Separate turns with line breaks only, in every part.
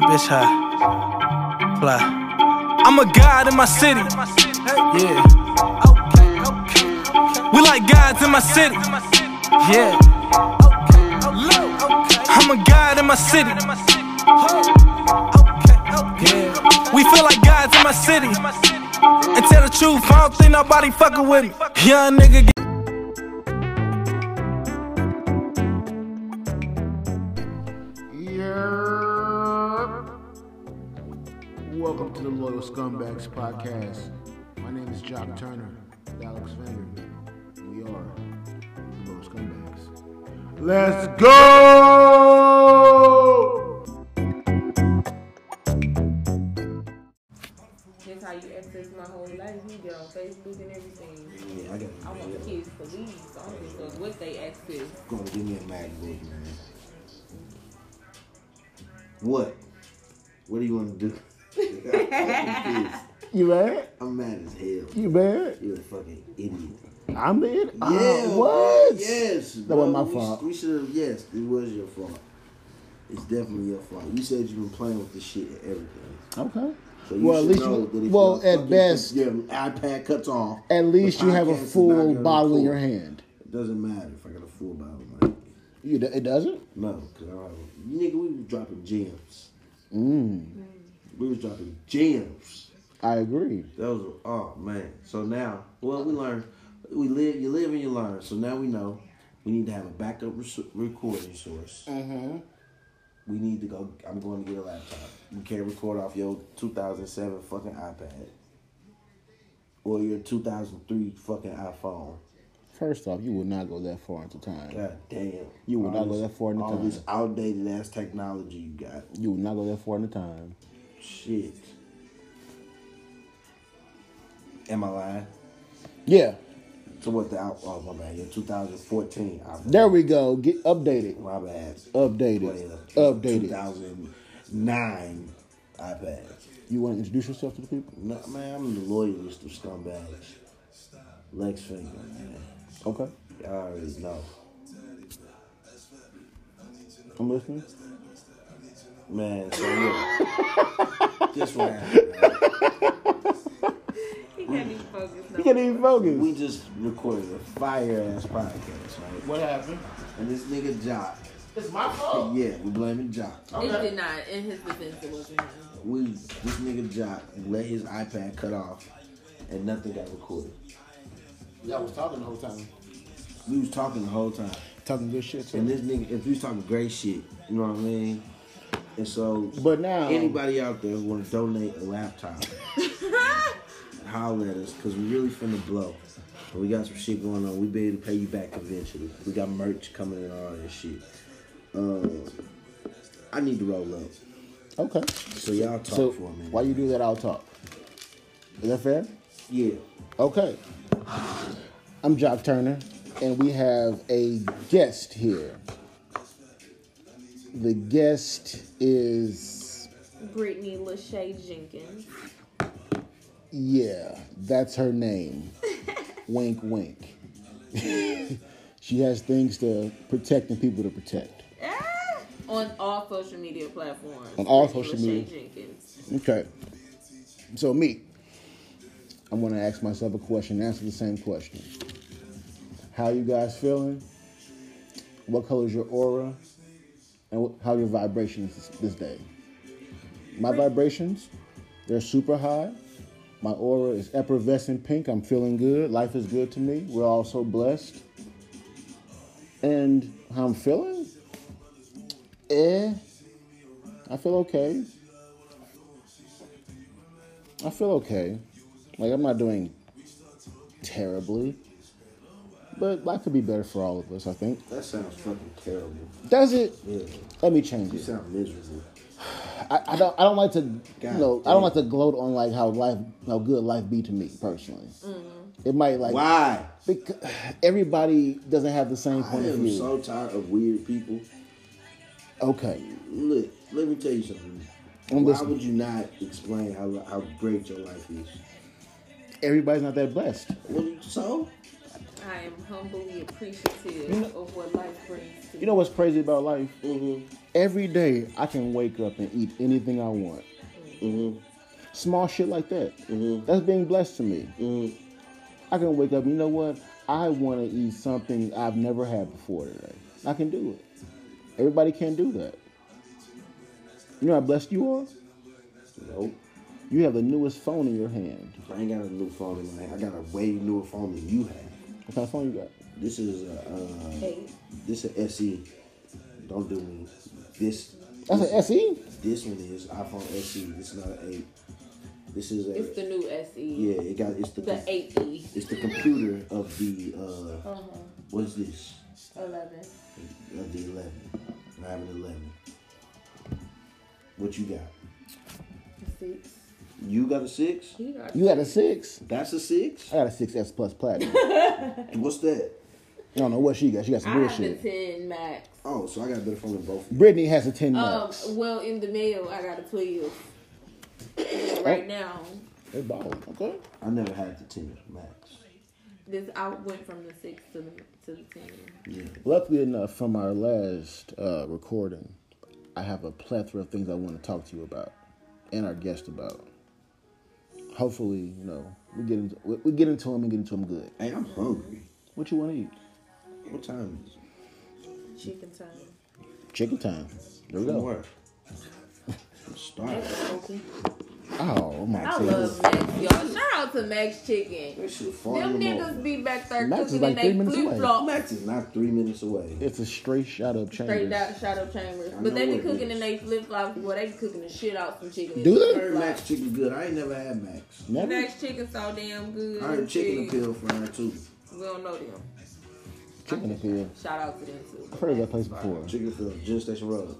Bitch high. Fly. I'm a god in my city. Yeah. We like gods in my city. Yeah. I'm a god in my city. Yeah. We feel like gods in my city. And tell the truth, I don't think nobody fucking with me. Young nigga get
Yeah. Welcome to the Loyal Scumbags podcast. My name is Jock Turner with Alex Vander. We are the Loyal Scumbags. Let's go!
That's how you access my whole life. You get on Facebook and everything. I want the kids to leave. So I don't give a fuck what they access.
Gonna give me a MacBook, man. What? What do you want to do? I'm pissed.
You mad?
I'm mad as hell.
You mad?
You're a fucking idiot.
I'm mad?
Yeah.
Uh,
bro,
what?
Yes. That
was my fault.
We should have. Yes, it was your fault. It's definitely your fault. You said you've been playing with this shit and everything.
Okay.
So you
Well, at
should
least
know
you-
that if
well,
your
at
fucking-
best-
your iPad cuts off.
At
the
least you have a
podcast is not
full
gonna
bottle in your
record.
hand.
It doesn't matter if I got a full bottle. in my hand.
You, d- it doesn't?
No, because I don't- nigga, we was dropping gems. Mm. We was dropping gems.
I agree.
That was oh man. So now, well, we learned. We live. You live and you learn. So now we know we need to have a backup res- recording source. Mm-hmm. We need to go. I'm going to get a laptop. You can't record off your 2007 fucking iPad or your 2003 fucking iPhone.
First off, you will not go that far into time.
God damn.
You would
All
not go
this-
that far in the
All
time.
this outdated ass technology you got.
You will not go that far into time.
Shit. Am I lying?
Yeah.
So what the out? Oh my bad. Yeah, 2014. I-
There we go. Get updated.
My bad.
Updated.
Updated.
Updated.
2009 iPad.
You want to introduce yourself to the people?
No, man, I'm the loyalist of scumbags. Lex Finger, man.
Okay.
Y'all already know.
I'm listening.
Man, so yeah. Just what happened, man.
He can't even focus.
You
No.
can't even focus.
We just recorded a fire ass podcast, right?
What happened?
And this nigga Jock.
It's my fault.
Yeah, we blaming Jock.
It did not. In his defense, it wasn't him.
we this nigga Jock let his iPad cut off and nothing got recorded.
Y'all was talking the whole time.
We was talking the whole time.
Talking good shit
And this nigga if you was talking great shit, you know what I mean? And so
But um, now-
anybody out there who wanna donate a laptop, holler at us, cause we really finna blow. And we got some shit going on. We be able to pay you back eventually. We got merch coming and all that shit. Uh, I need to roll up.
Okay.
So y'all talk
So
for a minute.
while you do that, I'll talk. Is that fair?
Yeah.
Okay. I'm Jock Turner, and we have a guest here. The guest is,
Brittany Lachey Jenkins.
yeah, that's her name. wink, wink. she has things to protect and people to protect.
Ah! On all social media platforms.
On all
Brittany
social
Lachey
media.
Jenkins.
Okay. So, me, I'm going to ask myself a question, answer the same question. How you guys feeling? What color is your aura? And wh- how your vibrations this, this day? My vibrations, they're super high. My aura is effervescent pink. I'm feeling good. Life is good to me. We're all so blessed. And how I'm feeling? Eh, I feel okay. I feel okay. Like I'm not doing terribly. But life could be better for all of us, I think.
That sounds fucking terrible.
Does it?
Yeah.
Let me change
You
it.
sound miserable.
I, I don't I don't like to
God
you know, I don't
damn.
like to gloat on like how life how good life be to me personally. It might like
Why?
because everybody doesn't have the same
I
point of
am
view.
so tired of weird people.
okay.
Look, let me tell you something.
I'm
Why
listening.
would you not explain how how great your life is?
Everybody's not that blessed.
Well, so
I am humbly appreciative of what life brings to
You know what's crazy about life?
Mm-hmm.
Every day I can wake up and eat anything I want. Small shit like that. That's being blessed to me. I can wake up. You know what? I want to eat something I've never had before today. I can do it. Everybody can't do that. You know how blessed you are.
Nope.
You have the newest phone in your hand.
I ain't got a new phone in my hand. I got a way newer phone than you have.
What kind of phone you got?
This is a uh,
me.
this a SE. Don't do me. This
That's E? an
this,
SE.
this one is iPhone SE. This is not an eight. This is a
It's the new SE.
yeah. It got it's the,
The E.
com-
8E.
it's the computer of the uh,
Uh-huh.
what is this
11.
of the eleven. I have an eleven. What you got?
6.
You got a six?
He got
You got a six.
That's a six.
I got a six S plus platinum.
What's that?
I don't know what she got. She got
I
some
have a
bullshit.
10 max.
Oh, so I got a better phone than both. of you.
Brittany has a ten
Um,
max.
well, in the mail, I got a 12.
Oh.
right now,
They ballin'. Okay.
I never had the ten max.
this I went from the 6 to the, to the 10.
Yeah.
Luckily enough, from our last uh, recording, I have a plethora of things I want to talk to you about and our guest about. Hopefully, you know, we get into we we get into them and get into them good.
Hey, I'm hungry.
What you want to eat?
What time is it?
Chicken time.
Chicken time. There we
From
go.
work. I'm starving.
Max Chicken.
Oh my
I
goodness.
love Max, y'all. Shout out to Max Chicken.
That shit far
Them
in the
niggas
morning.
be back there
Max is
cooking
like three
and they
minutes away.
flip flop.
Max is not three minutes away.
It's a straight shot up
Straight
change.
out shadow chambers.
I know
But they be
what it
cooking
is.
in they flip flops. Boy, they be cooking the shit out some chicken. in
Do
I
they?
heard Max
flip-flops.
chicken good. I ain't never had Max.
Never.
Max chicken so damn good.
I heard chicken
Shit.
appeal fry too.
We don't know them.
Chicken appeal.
Shout out to them too.
I've heard of that place before.
Chicken appeal, Gin Station Road.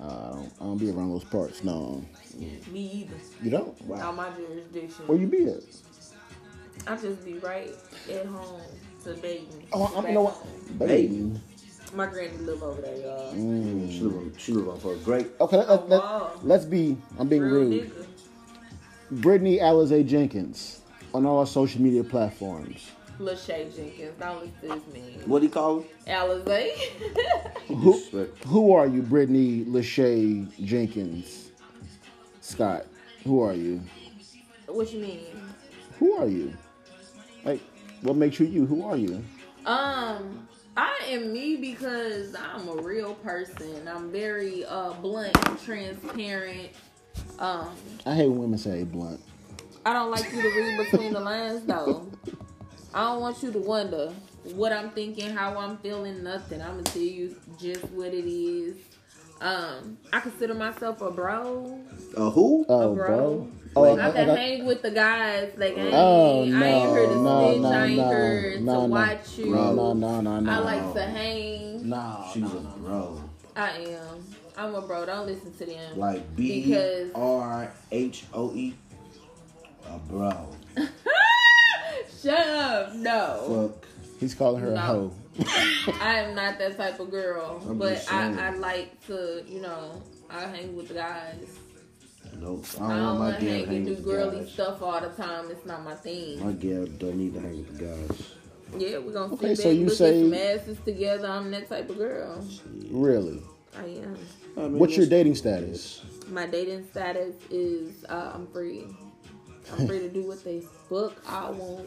Uh, I don't, I don't be around those parts. No,
Me either.
you don't.
Out
Wow.
my jurisdiction.
Where you be at?
I just be right at home to baby.
Oh, I, I
Back
know what.
home.
Baby.
My granny live over there, y'all.
She live on, she live on for a great.
Okay, let, let,
Oh, wow.
let, let's be. I'm being
Real
rude.
nigga.
Brittany Alizé Jenkins on all social media platforms.
Lil Shay Jenkins. Don't listen to this man.
What do you call it?
Alizé.
Who,
Disrespectful.
who are you, Brittany Lachey Jenkins Scott? Who are you?
what you mean?
Who are you? Like, what makes you you? Who are you?
Um, I am me because I'm a real person. I'm very uh blunt, transparent. Um,
I hate when women say blunt.
I don't like you to read between the lines though. I don't want you to wonder what I'm thinking, how I'm feeling, nothing. I'm gonna tell you just what it is. Um, I consider myself a bro.
Uh, who?
Oh,
bro.
bro. Oh,
I can
okay.
hang with the guys. Like, I ain't,
Oh,
I ain't here to
no,
snitch.
no,
I ain't
no, no,
here to
no.
watch you.
No, no, no, no, no.
I like to hang.
No,
She's a bro.
I am. I'm a bro. Don't listen to them.
Like B
Because-
R H O E. A bro.
Shut up. No.
Fuck.
He's calling her a
No.
hoe.
I am not that type of girl.
I'm
but
just saying.
I, I like to, you know, I hang with the guys.
Nope. I don't,
I don't
want my
want to
girl
hang and
hanging
do
with
girly
guys.
stuff all the time. It's not my thing.
My girl don't need to hang with guys.
Yeah, we're going to
Okay,
sit
so
back,
you
look
say-
at some asses together. I'm that type of girl.
Really?
I am.
What's your dating status?
My dating status is uh, I'm free. I'm free to do what the fuck I want,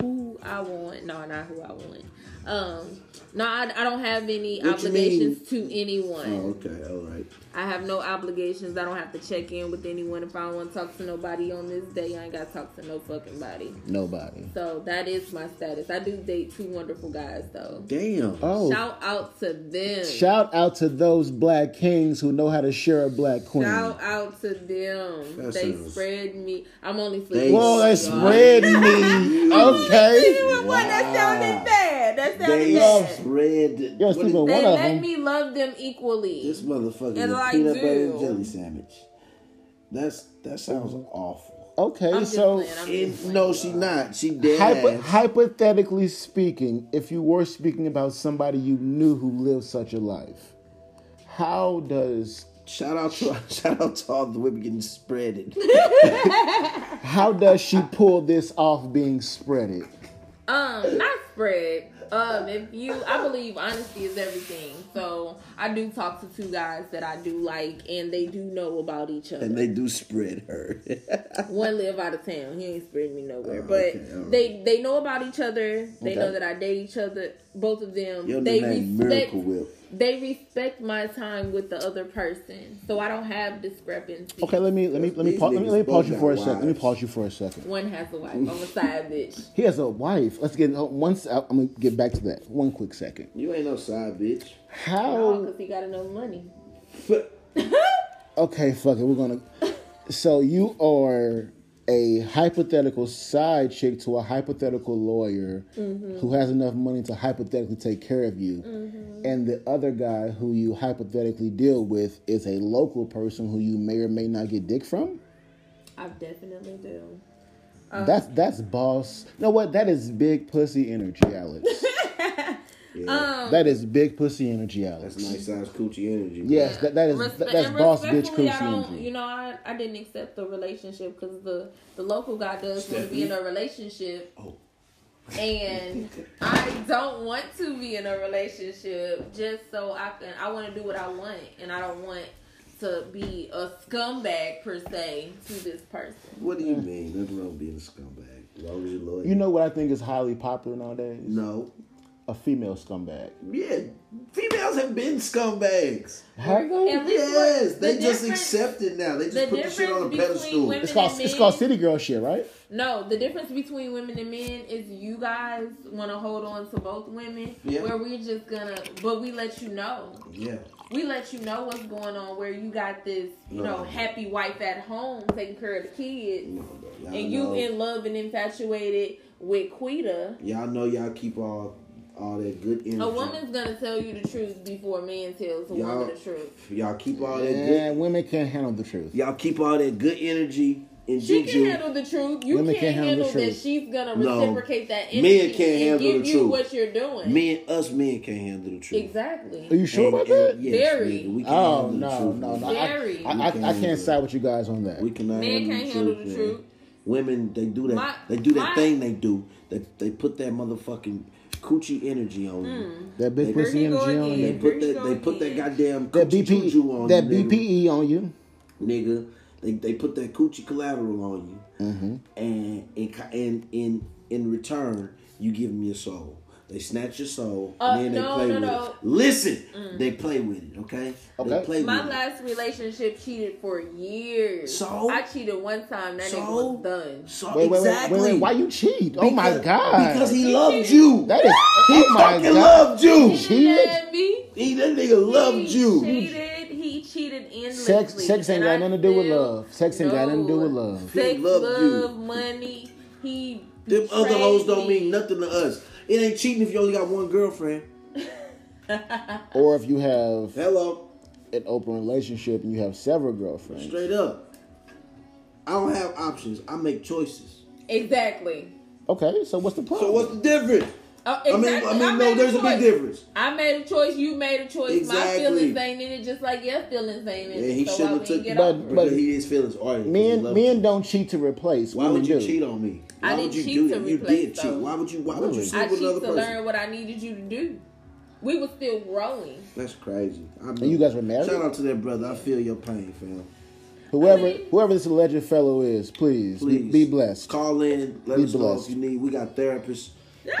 who I want. No, not who I want. Um, no, I, I don't have any
What you
obligations to anyone.
Oh, okay, all right.
I have no obligations. I don't have to check in with anyone. If I don't want to talk to nobody on this day, I ain't got to talk to no fucking body.
Nobody.
So that is my status. I do date two wonderful guys though.
Damn.
Oh,
Shout out to them.
Shout out to those black kings who know how to share a black queen.
Shout out to them.
That
they
sounds-
spread me. I'm only
They-
flipping.
Whoa, they
y'all.
spread me. Okay.
Even one that sounded bad. That sounded
They
bad.
spread.
Yo,
what
speak
is-
of
They
one of
let
them.
me love them equally.
this motherfucker
And
is
like,
peanut butter and
dude.
jelly sandwich. That's that sounds awful.
Okay,
I'm just
so
playing. I'm
And
just playing.
no, she not. She dead.
hypo-
ass.
hypothetically speaking, if you were speaking about somebody you knew who lived such a life, how does
Shout out to shout out to all the women getting spreaded.
how does she pull this off being spreaded?
Um, not spread. Um, if you, I believe honesty is everything. So I do talk to two guys that I do like, and they do know about each other.
And they do spread her.
One live out of town. He ain't spreading me nowhere.
Oh,
but
okay, alright.
they they know about each other. They
Okay.
know that I date each other. Both of them.
Your
they
name
respect.
Miracle Whip.
They respect my time with the other person, so I don't have discrepancies.
Okay, let me let me let me
These
pause, let me,
niggas
let me pause
both
you
got
for a second. Let me
wives.
pause you for a second.
One has a wife. I'm a side bitch.
He has a wife. Let's get oh, once. I- I'm gonna get back to that. One quick second.
You ain't no side bitch.
How?
Because Oh, he got enough money.
Okay, fuck it. We're gonna. So you are a hypothetical side chick to a hypothetical lawyer
Mm-hmm.
who has enough money to hypothetically take care of you,
Mm-hmm.
and the other guy who you hypothetically deal with is a local person who you may or may not get dick from.
I definitely do. Uh-huh.
that's that's boss. You know what? That is big pussy energy, Alex.
Yeah.
Um,
that is big pussy energy, Alex.
That's nice size coochie energy. bro.
Yes, that, that is
Respe-
that, that's
and
boss bitch
respectfully, I
pussy
don't-
energy.
You know, I, I didn't accept the relationship because the the local guy does want to be in a relationship.
Oh.
And I don't want to be in a relationship just so I can. I want to do what I want, and I don't want to be a scumbag per se to this person.
What do you mean? Nothing wrong with being a scumbag. As long as you're loyal.
You know what I think is highly popular nowadays?
No.
A female scumbag.
Yeah. Females have been scumbags.
Have they?
And-
Yes.
The
They just
difference-
accept it now. They just
the
put the shit on a
difference between
pedestal.
women-
It's called it's called city girl shit, right?
No, the difference between women and men is you guys want to hold on to both women,
Yeah.
where we're just gonna, but we let you know.
Yeah.
we let you know what's going on where you got this you
No.
know happy wife at home taking care of the kids
No, bro. Y'all
and you
know,
in love and infatuated with quita
y'all know y'all keep all all that good energy.
a woman's gonna tell you the truth before a man tells a
Y'all-
woman the truth
Y'all keep all that good.
And women can't handle the truth.
Y'all keep all that good energy and
she
juju.
can handle the truth. You
Women
can't, handle,
the
that.
truth.
She's gonna
No.
reciprocate that
Men
energy
can't
and
handle
give
the
you
truth.
what you're doing.
men, us men can't handle the truth.
Are
Exactly.
you sure about
And-
that?
and yes,
Very.
nigga, we can
oh
handle the
no,
truth,
no,
nigga.
no. I,
Very.
I, I, I can't side with you guys on that.
We cannot
Men
handle
can't
the
handle
truth.
the
man.
truth.
Women, they do that.
My-
they do that
my-
thing. They do. That they put that motherfucking coochie energy on
Hmm.
you.
That big
Here
pussy
he go
energy E on
again.
They
you.
put
Here you
that.
go
They put that
again.
goddamn
That
coochie juju
BP
on
that
you, nigga.
BPE on you.
nigga. They they put that coochie collateral on you,
Mm-hmm.
and in co- and in in return, you give them your soul. They snatch your soul,
Uh,
and then
no,
they play
no,
with
no. Mm.
it. Listen, they play with it. Okay,
Okay.
They play
My
with
last relationship cheated for years.
So?
I cheated one time. That
So?
nigga was done.
it. So
Wait, wait,
exactly.
wait, wait, wait. Why you cheat? oh my
Because-
god.
Because he loved you.
that is
he
oh my
fucking
god.
loved you.
Cheated?
He had me.
He that nigga loved
He
you.
cheated. He cheated endlessly.
Sex, sex ain't
and
got
I
nothing to do with
still-
love. Sex ain't got nothing to do with
No.
love.
He
Sex,
loved
love,
you.
money. He
Them other
betrayed
hoes don't
me.
mean nothing to us. It ain't cheating if you only got one girlfriend.
Or if you have
Hello,
an open relationship and you have several girlfriends.
straight up. I don't have options. I make choices.
Exactly.
Okay, so what's the problem?
So what's the difference?
Oh,
I mean,
exactly.
I mean,
made
no, there's a big
choice.
difference.
I made a choice. You made a choice.
Exactly.
My feelings ain't in it, just like your feelings ain't in it.
Yeah, he
so why
shouldn't
we
have took.
get
But,
off?
But-
because he is feelings. All right,
men
love
men
you.
don't cheat to replace.
Why
women
would you
do.
cheat on me? Why
I
would
didn't
you
cheat
do
to
that? You
replace,
did cheat.
though.
Why would you? Why would you
Really?
sleep
I
with
cheated
another
to
person?
learn what I needed you to do. We were still growing.
That's crazy. I know.
And you guys were married?
Shout out to that brother. I feel your pain, fam.
Whoever
I mean-
whoever this alleged fellow is, please, be-
Please
Be, blessed.
Call in. Let
Be
us know if
blessed.
you need. We got therapists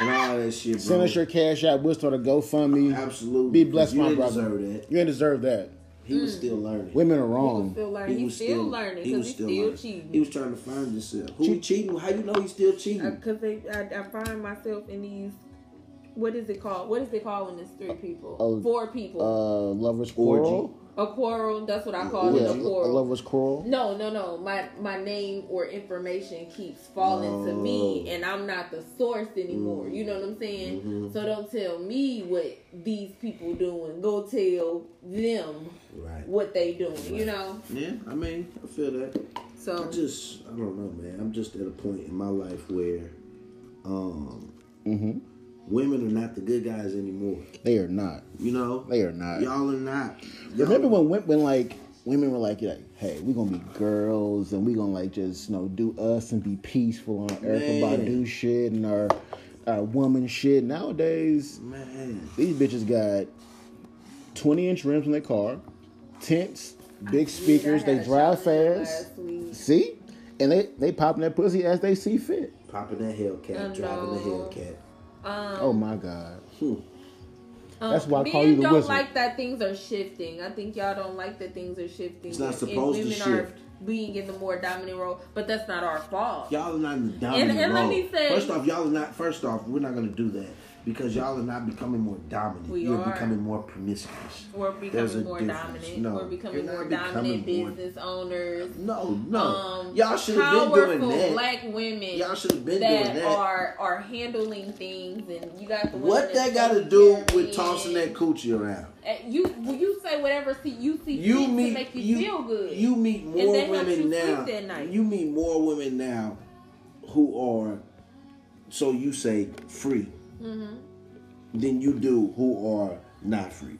and all that shit, bro.
Send us your cash out. We'll start a GoFundMe.
Oh, Absolutely.
Be blessed,
You
my
didn't
brother.
deserve that.
You didn't deserve that.
He
Mm.
was still learning.
Women are
He was
wrong.
still learning. He,
was
still, learning
He
because
was
he's
still
still,
learning.
cheating.
He was trying to find himself. Who he cheating? How you know he's still cheating?
because Uh, they I, I find myself in these what is it called what is it called when it's three people
Oh,
four people
Uh, lovers
Orgy.
quarrel.
a quarrel that's what i call
Yeah,
it a
a
quarrel
lovers quarrel.
no no no my my name or information keeps falling to
Oh.
me and i'm not the source anymore you know what i'm saying
Mm-hmm.
so don't tell me what these people doing go tell them
Right.
what they doing you know
Yeah, I mean, I feel that.
so
I just, I don't know, man. I'm just at a point in my life where, um, women are not the good guys anymore.
They are not.
You know,
They are not.
Y'all are not. Y'all-
Remember when wo- when like women were like, like hey, we're gonna be girls and we gonna like just you know do us and be peaceful on our
Man.
Erica Badu shit and our our woman shit. Nowadays,
Man.
these bitches got 20 inch rims on their car, tents, big speakers,
I had
they
a
drive
shot in it
fast.
last week.
See? And they, they popping that pussy as they see fit.
Popping that Hellcat,
Hello.
driving the Hellcat.
oh my God.
Hmm.
Um,
That's why I call
men
you the
don't
wizard.
like that things are shifting. I think y'all don't like that things are shifting.
It's not
and-
supposed to
and women
shift.
Are being in the more dominant role, but that's not our fault.
Y'all are not in the dominant
And- and let
role.
me say-
first off, y'all are not. First off, we're not gonna do that because y'all are not becoming more dominant.
We
You're
are.
becoming more promiscuous.
We're
There's a
becoming more
difference.
dominant.
No,
We're
you're
becoming
not
more
becoming
dominant
more-
business owners.
No, no.
Um,
y'all should have
powerful
been doing that.
black women
Y'all should have been
that,
doing that.
are are handling things, and you got the women
what that got to
take
do
care of
with
it.
tossing that coochie around?
And Eh, You well, you say whatever see you see fit
You
to
meet
make you,
you,
feel good.
you meet
they
more
help
women
you sleep
now.
that night.
You meet more women now who are so you say free
Mm-hmm.
than you do who are not free.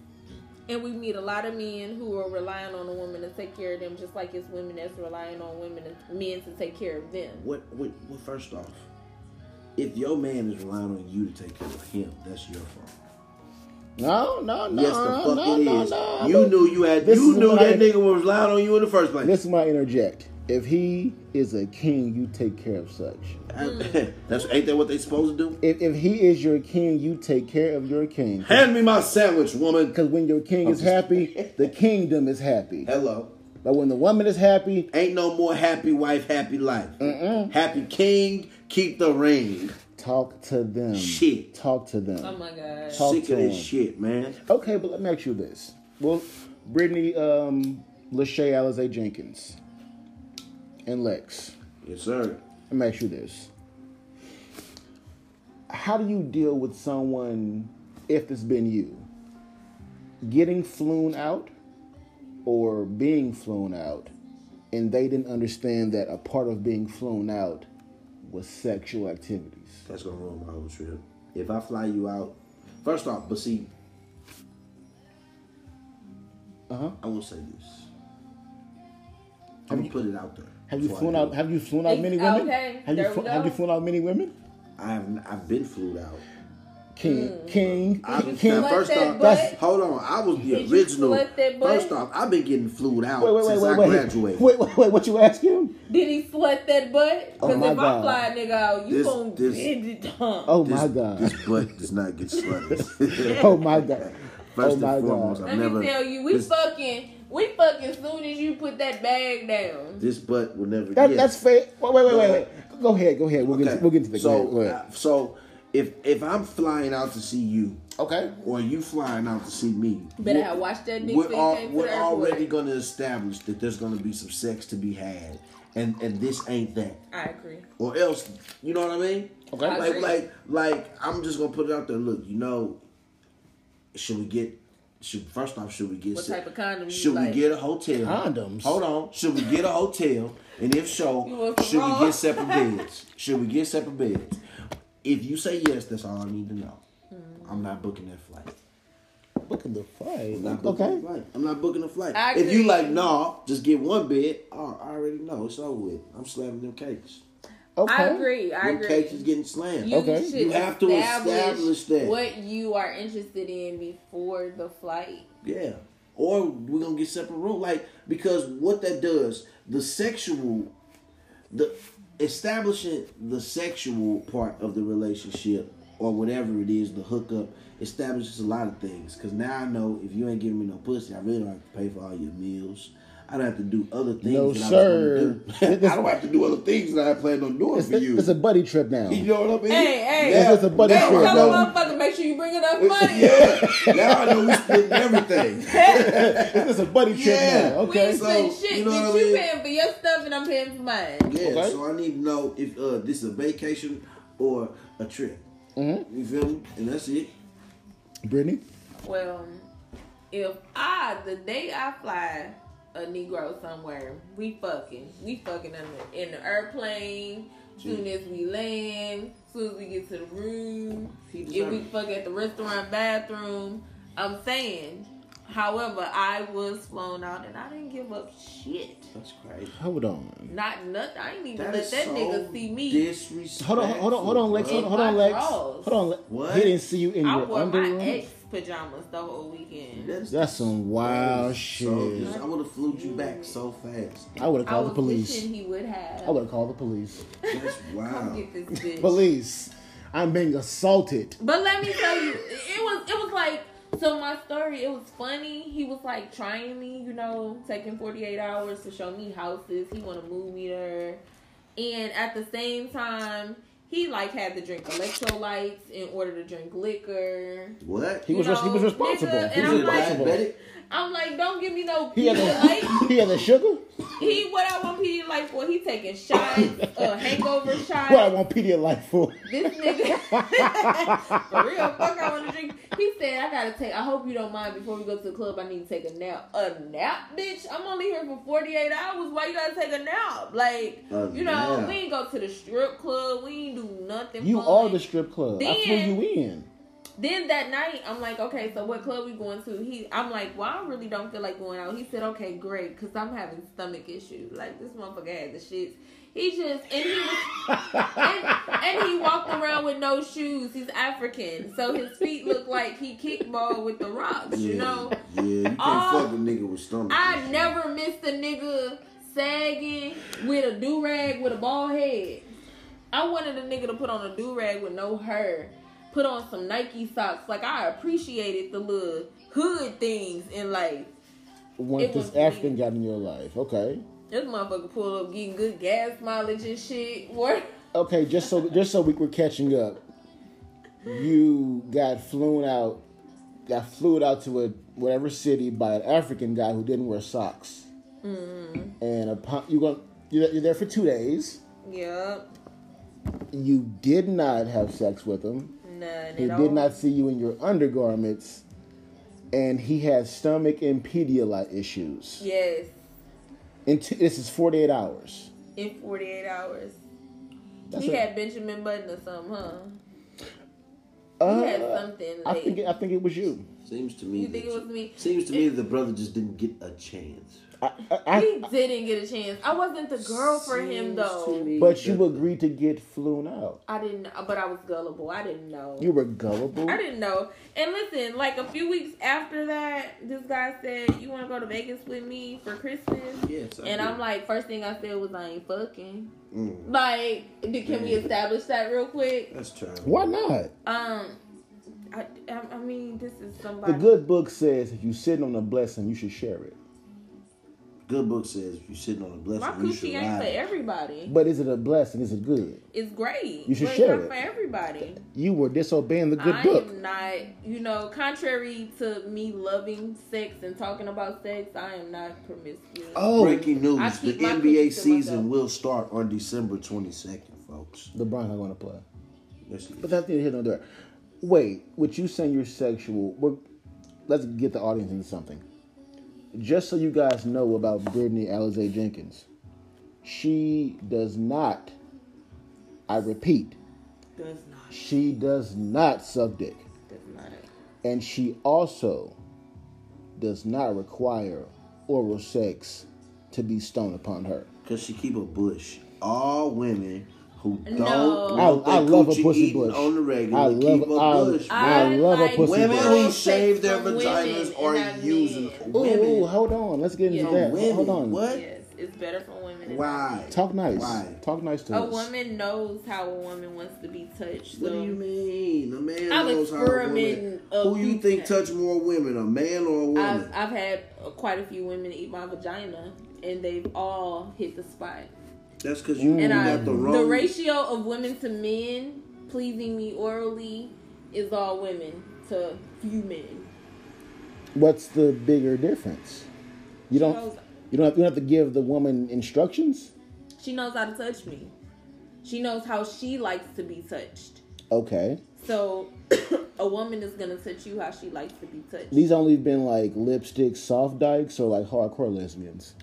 and we meet a lot of men who are relying on a woman to take care of them, just like it's women that's relying on women and men to take care of them.
What? What? Well, first off, if your man is relying on you to take care of him, that's your fault.
No, no, no.
Yes, the
no,
fuck
no,
it
no,
is.
no.
you knew you had.
This
You
is
knew
what
that
I-
nigga was relying on you in the first place.
This is my interject. If he is a king, you take care of such.
I- that's ain't that what they supposed to do?
If, if he is your king, you take care of your king.
Hand me my sandwich, woman.
Because when your king is happy, the kingdom is happy.
Hello.
But when the woman is happy,
Ain't no more happy wife, happy life. Happy king, keep the ring.
talk to them.
Shit.
Talk to
Oh
them.
my god.
Talk
Sick
to
of this
him.
shit, man.
Okay, but let me ask you this. Well, Brittany, um, Lachey Alize Jenkins, and Lex.
Yes, sir.
Let me ask you this. How do you deal with someone, if it's been you, getting flown out or being flown out, and they didn't understand that a part of being flown out was sexual activities?
That's gonna ruin my whole trip. If I fly you out, first off, but see,
Uh-huh.
I will say this. I'm gonna put it out there.
Have you
before I
flown
do
out?
it.
Have you flown out many women?
Okay,
Have you
there we
flo- have
go.
you flown out many women?
I have. n- I've been flew out.
King,
Mm.
king,
I've been
king.
now, first
Slut that
off,
butt.
hold on. I was the
Did you
original.
slut that butt?
First off, I've been getting flued out
Wait, wait, wait,
since
wait,
I
wait.
graduated.
Wait, wait, wait. What you ask him?
Did he sweat that butt?
Oh
Because
my
if
God.
I fly a nigga out, you
This-
gonna
this-
bend it down.
Oh
This,
my god.
this butt does not get slutted.
oh my god.
First
oh my
and foremost,
god.
I've
Let
never.
me tell you, we
this,
fucking, we fucking. Soon as you put that bag down,
this butt will never.
That,
yeah.
That's fake. Wait, wait, wait, wait,
No.
wait. Go ahead, go ahead. We'll get
Okay.
to, we'll get to the
so
go ahead.
uh, so if if I'm flying out to see you,
Go ahead. Okay.
or you flying out to see me,
better
we're-
have watched that nigga.
we're, al-
came to
we're
the airport.
already going to establish that there's going to be some sex to be had, and and this ain't that.
I agree.
or else, you know what I mean?
Okay. I
Like,
agree.
like, like, I'm just gonna put it out there. Look, you know, should we get? Should first off, should we get?
What
se-
type of condom you
Should we
like?
get a hotel?
Condoms.
Hold on. Should we get a hotel? And if
You
so,
want some
should we
raw?
get separate beds? Should we get separate beds? If you say yes, that's all I need to know.
Hmm.
I'm not booking that flight.
Look at the fight.
I'm not booking
Okay.
a flight. I'm not booking a flight.
I
If you
agree.
like, no, just get one bed. Oh, I already know. It's over with. I'm slapping them cakes.
Okay.
I agree. I
Your
agree.
cakes is getting slammed.
You
Okay.
should
You have to establish that.
what you are interested in before the flight.
Yeah. Or we're gonna get separate room. Like, because what that does, the sexual the establishing the sexual part of the relationship or whatever it is, the hookup, establishes a lot of things. Cause now I know if you ain't giving me no pussy, I really don't have to pay for all your meals. I don't have to do other things
No,
that
sir.
I was gonna do. I don't have to do other things that I planned on doing
It's,
for you.
it's a buddy trip now.
you know what I mean?
Hey, hey.
Now-
It's just a buddy
now I
trip.
Tell
know-
the motherfucker, make sure you bring enough money.
Yeah. now I know we splitting everything.
it's a buddy trip
Yeah.
now.
We
Okay.
ain't spend
so,
shit.
you know
bitch,
what I
you
mean?
paying for your stuff and I'm paying for mine.
Yeah,
Okay.
so I need to know if uh, this is a vacation or a trip.
Mm-hmm.
You feel me? And that's it.
Brittany.
Well, if I the day I fly a Negro somewhere, we fucking, we fucking in the, in the airplane. Soon as we land, soon as we get to the room,
He
if we
deserves it.
fuck at the restaurant bathroom, I'm saying However, I was flown out and I didn't give up shit.
That's crazy.
Hold on.
Not nothing. I ain't even
That
let
is
that
so
nigga see me.
disrespectful.
Hold on, hold on, hold on, Lex. Hold on, hold on,
In my
Lex.
drawers.
Hold on, Lex.
What?
He didn't see you in
I
your
wore my
underwear.
ex pajamas the whole weekend.
That's some wild shit.
I would have flew you back so fast.
I would have
I
called
was
the police.
wishing he would have.
I would have called the police.
That's
Come
wild.
get this bitch.
Police. I'm being assaulted.
But let me tell you, it was it was like so my story. It was funny. He was like trying me, you know, taking forty eight hours to show me houses. He want to move me there, and at the same time, he like had to drink electrolytes in order to drink liquor.
What?
He
You
was res- he was
know,
responsible.
nigga,
he
and
was
I'm like-
responsible.
diabetic?
I'm like, don't give me no
he had the
like
he had the sugar.
he what I want PD like for? He taking shots, uh, hangover shots.
What I want Pedialyte for?
This nigga, for real, fuck, I want to drink. He said, I gotta take, I hope you don't mind before we go to the club, I need to take a nap. A nap, bitch? I'm only here for 48 hours. Why you gotta take a nap? Like,
A
you know,
nap.
we ain't go to the strip club, we ain't do nothing.
You
fun.
are the strip club. I flew
Then-
you in.
Then that night, I'm like, okay, so what club we going to? He, I'm like, well, I really don't feel like going out. He said, okay, great, cause I'm having stomach issues. Like this motherfucker had the shits. He just and he was and, and he walked around with no shoes. He's African, so his feet look like he kickball with the rocks. You know,
yeah, you can't
all-
fuck a nigga with stomach.
Oh, I
issues.
never missed a nigga sagging with a do rag with a bald head. I wanted a nigga to put on a do rag with no hair, put on some Nike socks. Like I appreciated the little hood things in life.
Once
It was
this African
me.
got in your life, okay,
This motherfucker pulled up getting good gas mileage and shit. What?
okay, just so just so we were catching up. You got flown out, got flew out to a whatever city by an African guy who didn't wear socks,
Mm-hmm.
and upon you go you're, you're there for two days.
Yep.
You did not have sex with him.
None at
He
all.
did not see you in your undergarments, and he has stomach and Pedialyte issues.
Yes.
In two, this is 48 hours.
In 48 hours.
That's
he
a-
had Benjamin Button or something, huh?
Uh,
he had something.
I
like-
think it, I think it was you.
Seems to me.
You think
that-
it was me?
Seems to me the brother just didn't get a chance.
I, I, I,
he didn't get a chance. I wasn't the girl for him
Seems to
though.
me
but you
that-
agreed to get flown out.
I didn't, but I was gullible. I didn't know.
You were gullible.
I didn't know. And listen, like a few weeks after that, this guy said, "You want to go to Vegas with me for Christmas?"
Yes, I
And I'm
did.
like, first thing I said was, "I ain't fucking."
Mm,
Like, d- can
Mm.
we establish that real quick?
that's terrible.
Why not?
Um, I, I, I mean, this is somebody.
The good book says if you sit on a blessing, you should share it.
Good book says if you're sitting on a
My
blessing, you should
coochie ain't
lie.
for everybody.
But is it a blessing? Is it good?
It's great.
You should
but it's
share
not
it.
for everybody.
You were disobeying the good
I
book.
am not, you know, contrary to me loving sex and talking about sex, I am not promiscuous.
Oh,
Breaking
I
news: The
keep my
NBA
coochie to
season
myself.
will start on December 22nd, folks.
LeBron's not going to play.
That's
But that's neither here nor there. Wait, what you saying you're sexual? We're, let's get the audience into something. Just so you guys know about Brittany Alize Jenkins, she does not. I repeat,
Does not.
she does not suck dick,
Does not.
and she also does not require oral sex to be stoned upon her.
because she keep a bush. All women who don't
No.
I,
want
I
their
love a
coochie
pussy
eaten
bush.
on the regular
I love,
keep a
I,
bush.
I
I
love
like
a pussy
women
bush.
who
Girl
shave
sex
their
from women
vaginas
and
are
not
using
men.
Ooh,
women.
ooh, hold on. Let's get into
Yeah.
that.
Women,
Hold on.
what?
Yes, it's better for women. than men.
Why?
Talk nice.
Why?
Talk nice to
A
us.
woman knows how a woman wants to be touched.
What do you
So
mean? A man
I'm
knows how a woman.
experimenting of
Who you
these
think
things.
touch more women, a man or a
I've,
woman?
I've had uh, quite a few women eat my vagina, and they've all hit the spot.
That's because
Mm.
you
And I,
got the
the,
wrong.
ratio of women to men pleasing me orally is all women to few men.
What's the bigger difference? You don't.
knows-
You don't have, you don't have to give the woman instructions.
She knows how to touch me. She knows how she likes to be touched.
Okay.
So a woman is gonna touch you how she likes to be touched.
These only been like lipstick soft dykes or like hardcore lesbians.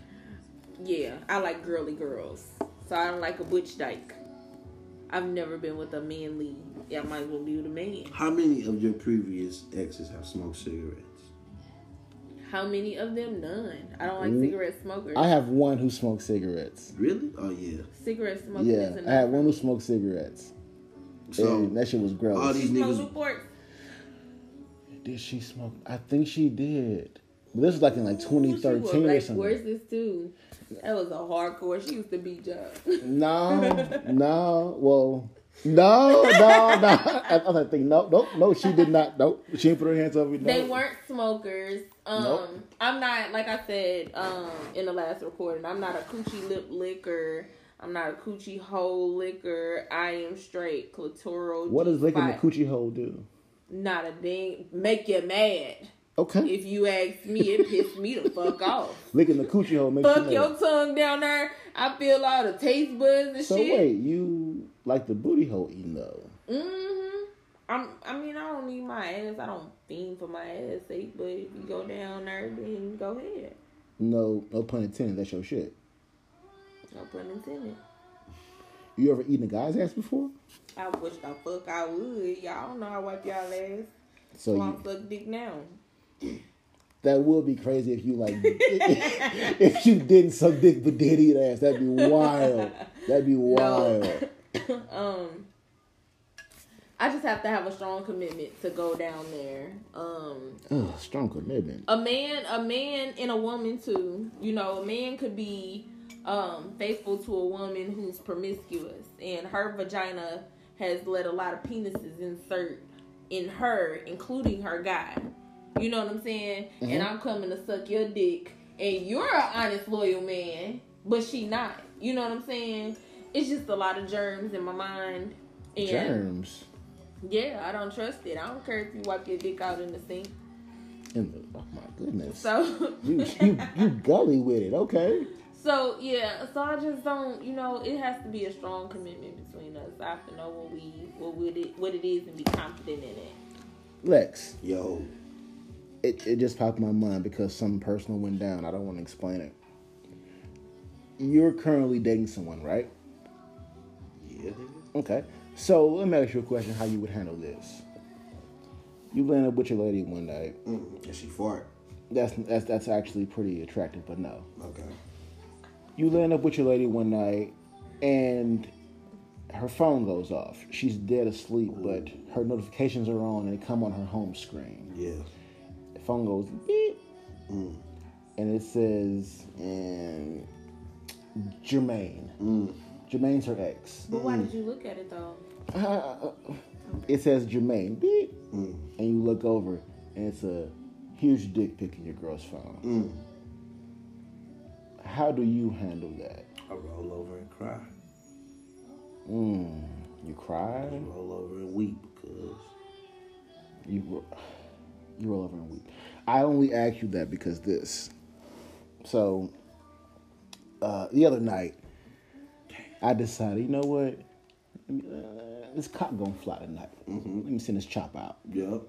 Yeah, I like girly girls. So I don't like a butch dyke. I've never been with a manly. Yeah, I might as well be with a man.
How many of your previous exes have smoked cigarettes?
How many of them? None. I don't like cigarette smokers.
Mm-hmm. I have one who smokes cigarettes.
Really? Oh yeah.
cigarette smoking
Yeah,
is
I had
enough.
one who smoked cigarettes.
So
and that shit was gross.
all these
Smoke
niggas.
reports.
Did she smoke? I think she did. But this was like in like 2013 or
Black
something.
Horses too. That was a hardcore. She used to beat up.
No, no, well, no, no, no. I, I was like, thinking, no, no, no, she did not. Nope, she didn't put her hands up. No.
They weren't smokers. Um,
Nope.
I'm not like I said um, in the last recording. I'm not a coochie lip licker. I'm not a coochie hole licker. I am straight clitoral.
What does licking the
G5.
coochie hole do?
Not a ding. Make you mad.
Okay,
If you ask me, it pissed me the fuck off.
licking the coochie hole makes
Fuck
you
your
mad.
tongue down there. I feel all the taste buds and
So
shit.
wait, you like the booty hole eating though?
hmm I'm. I mean, I don't need my ass. I don't fiend for my ass sake. But if you go down there, then go ahead.
No, no pun intended. That's your shit.
No pun intended.
You ever eaten a guy's ass before?
I wish the fuck I would. Y'all don't know how to wipe y'all ass.
So
Well,
Oh, you,
I'm suck dick now.
That would be crazy if you like if you didn't suck dick but did eat ass. That'd be wild. That'd be wild.
um, I just have to have a strong commitment to go down there. Um,
Ugh, strong commitment.
a man a man and a woman too you know a man could be um faithful to a woman who's promiscuous and her vagina has let a lot of penises insert in her including her guy you know what i'm saying and i'm coming to suck your dick and you're an honest loyal man but she not you know what i'm saying it's just a lot of germs in my mind and
Germs
yeah i don't trust it i don't care if you wipe your dick out in the sink
in the oh my goodness.
so
you, you you gully with it, okay?
So yeah, so I just don't, you know, it has to be a strong commitment between us. I have to know what we, what we, did- what it is, and be confident in it.
Lex,
Yo.
it, it just popped in my mind because some personal went down. I don't want to explain it. You're currently dating someone, right?
Yeah. nigga.
Okay. So let me ask you a question: How you would handle this? You land up with your lady one night.
Mm, and she fart.
That's that's that's actually pretty attractive, but no.
Okay.
you land up with your lady one night and her phone goes off. She's dead asleep, but her notifications are on and they come on her home screen.
Yeah.
The phone goes beep and it says and Jermaine. Jermaine's her ex.
But why did you look at it though?
It says Jermaine beep and you look over and it's a huge dick pic in your girl's phone. How do you handle that?
I roll over and cry.
Mm, you cry?
I roll over and weep because
You ro- you roll over and weep. I only ask you that because this. So uh, the other night, I decided, you know what? Let me, uh, this cock gonna fly tonight. Let me send this chop out.
Yep.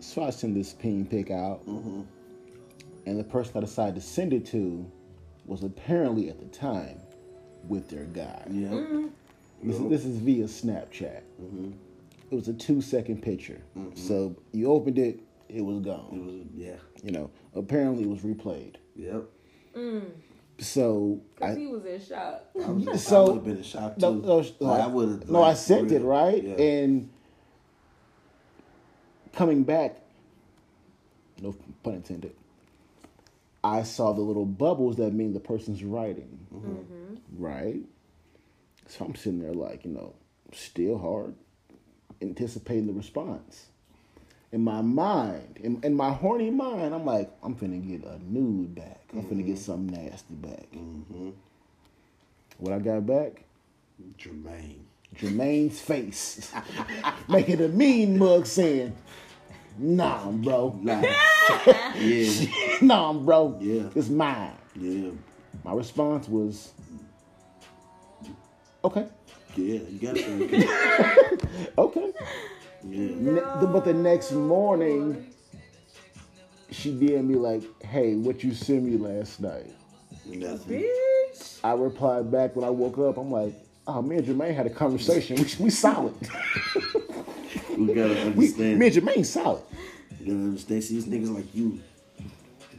So I send this ping pick out, and the person I decided to send it to was apparently at the time with their guy.
Yep.
This, this is via Snapchat.
Mm-hmm.
It was a two second picture. So you opened it, it was
It
gone.
was yeah.
You know, apparently it was replayed.
Yep.
So
Cause
I.
he was in shock.
I was- I
So-
would have been in shock too. Oh,
No, no,
Like, I would have.
no, I sent it right,
Yeah.
and coming back, no pun intended. I saw the little bubbles that mean the person's writing, right? So I'm sitting there like you know, still hard, anticipating the response. In my mind, in, in my horny mind, I'm like, I'm finna get a nude back. I'm finna
Mm-hmm.
get something nasty back. What I got back?
Jermaine.
Jermaine's face, making a mean mug saying, "Nah, bro,
Nah. yeah.
nah, bro,
Yeah.
it's mine."
Yeah.
My response was, "Okay,
Yeah. You got to.
okay."
Yeah.
Ne- the- but the next morning, she DM me like, "Hey, what you sent me last night?"
Nothing.
Bitch.
I replied back when I woke up. I'm like, "Oh, me and Jermaine had a conversation. We, we solid.
We gotta
We,
understand.
me and Jermaine solid."
You gotta understand. See, these niggas like you.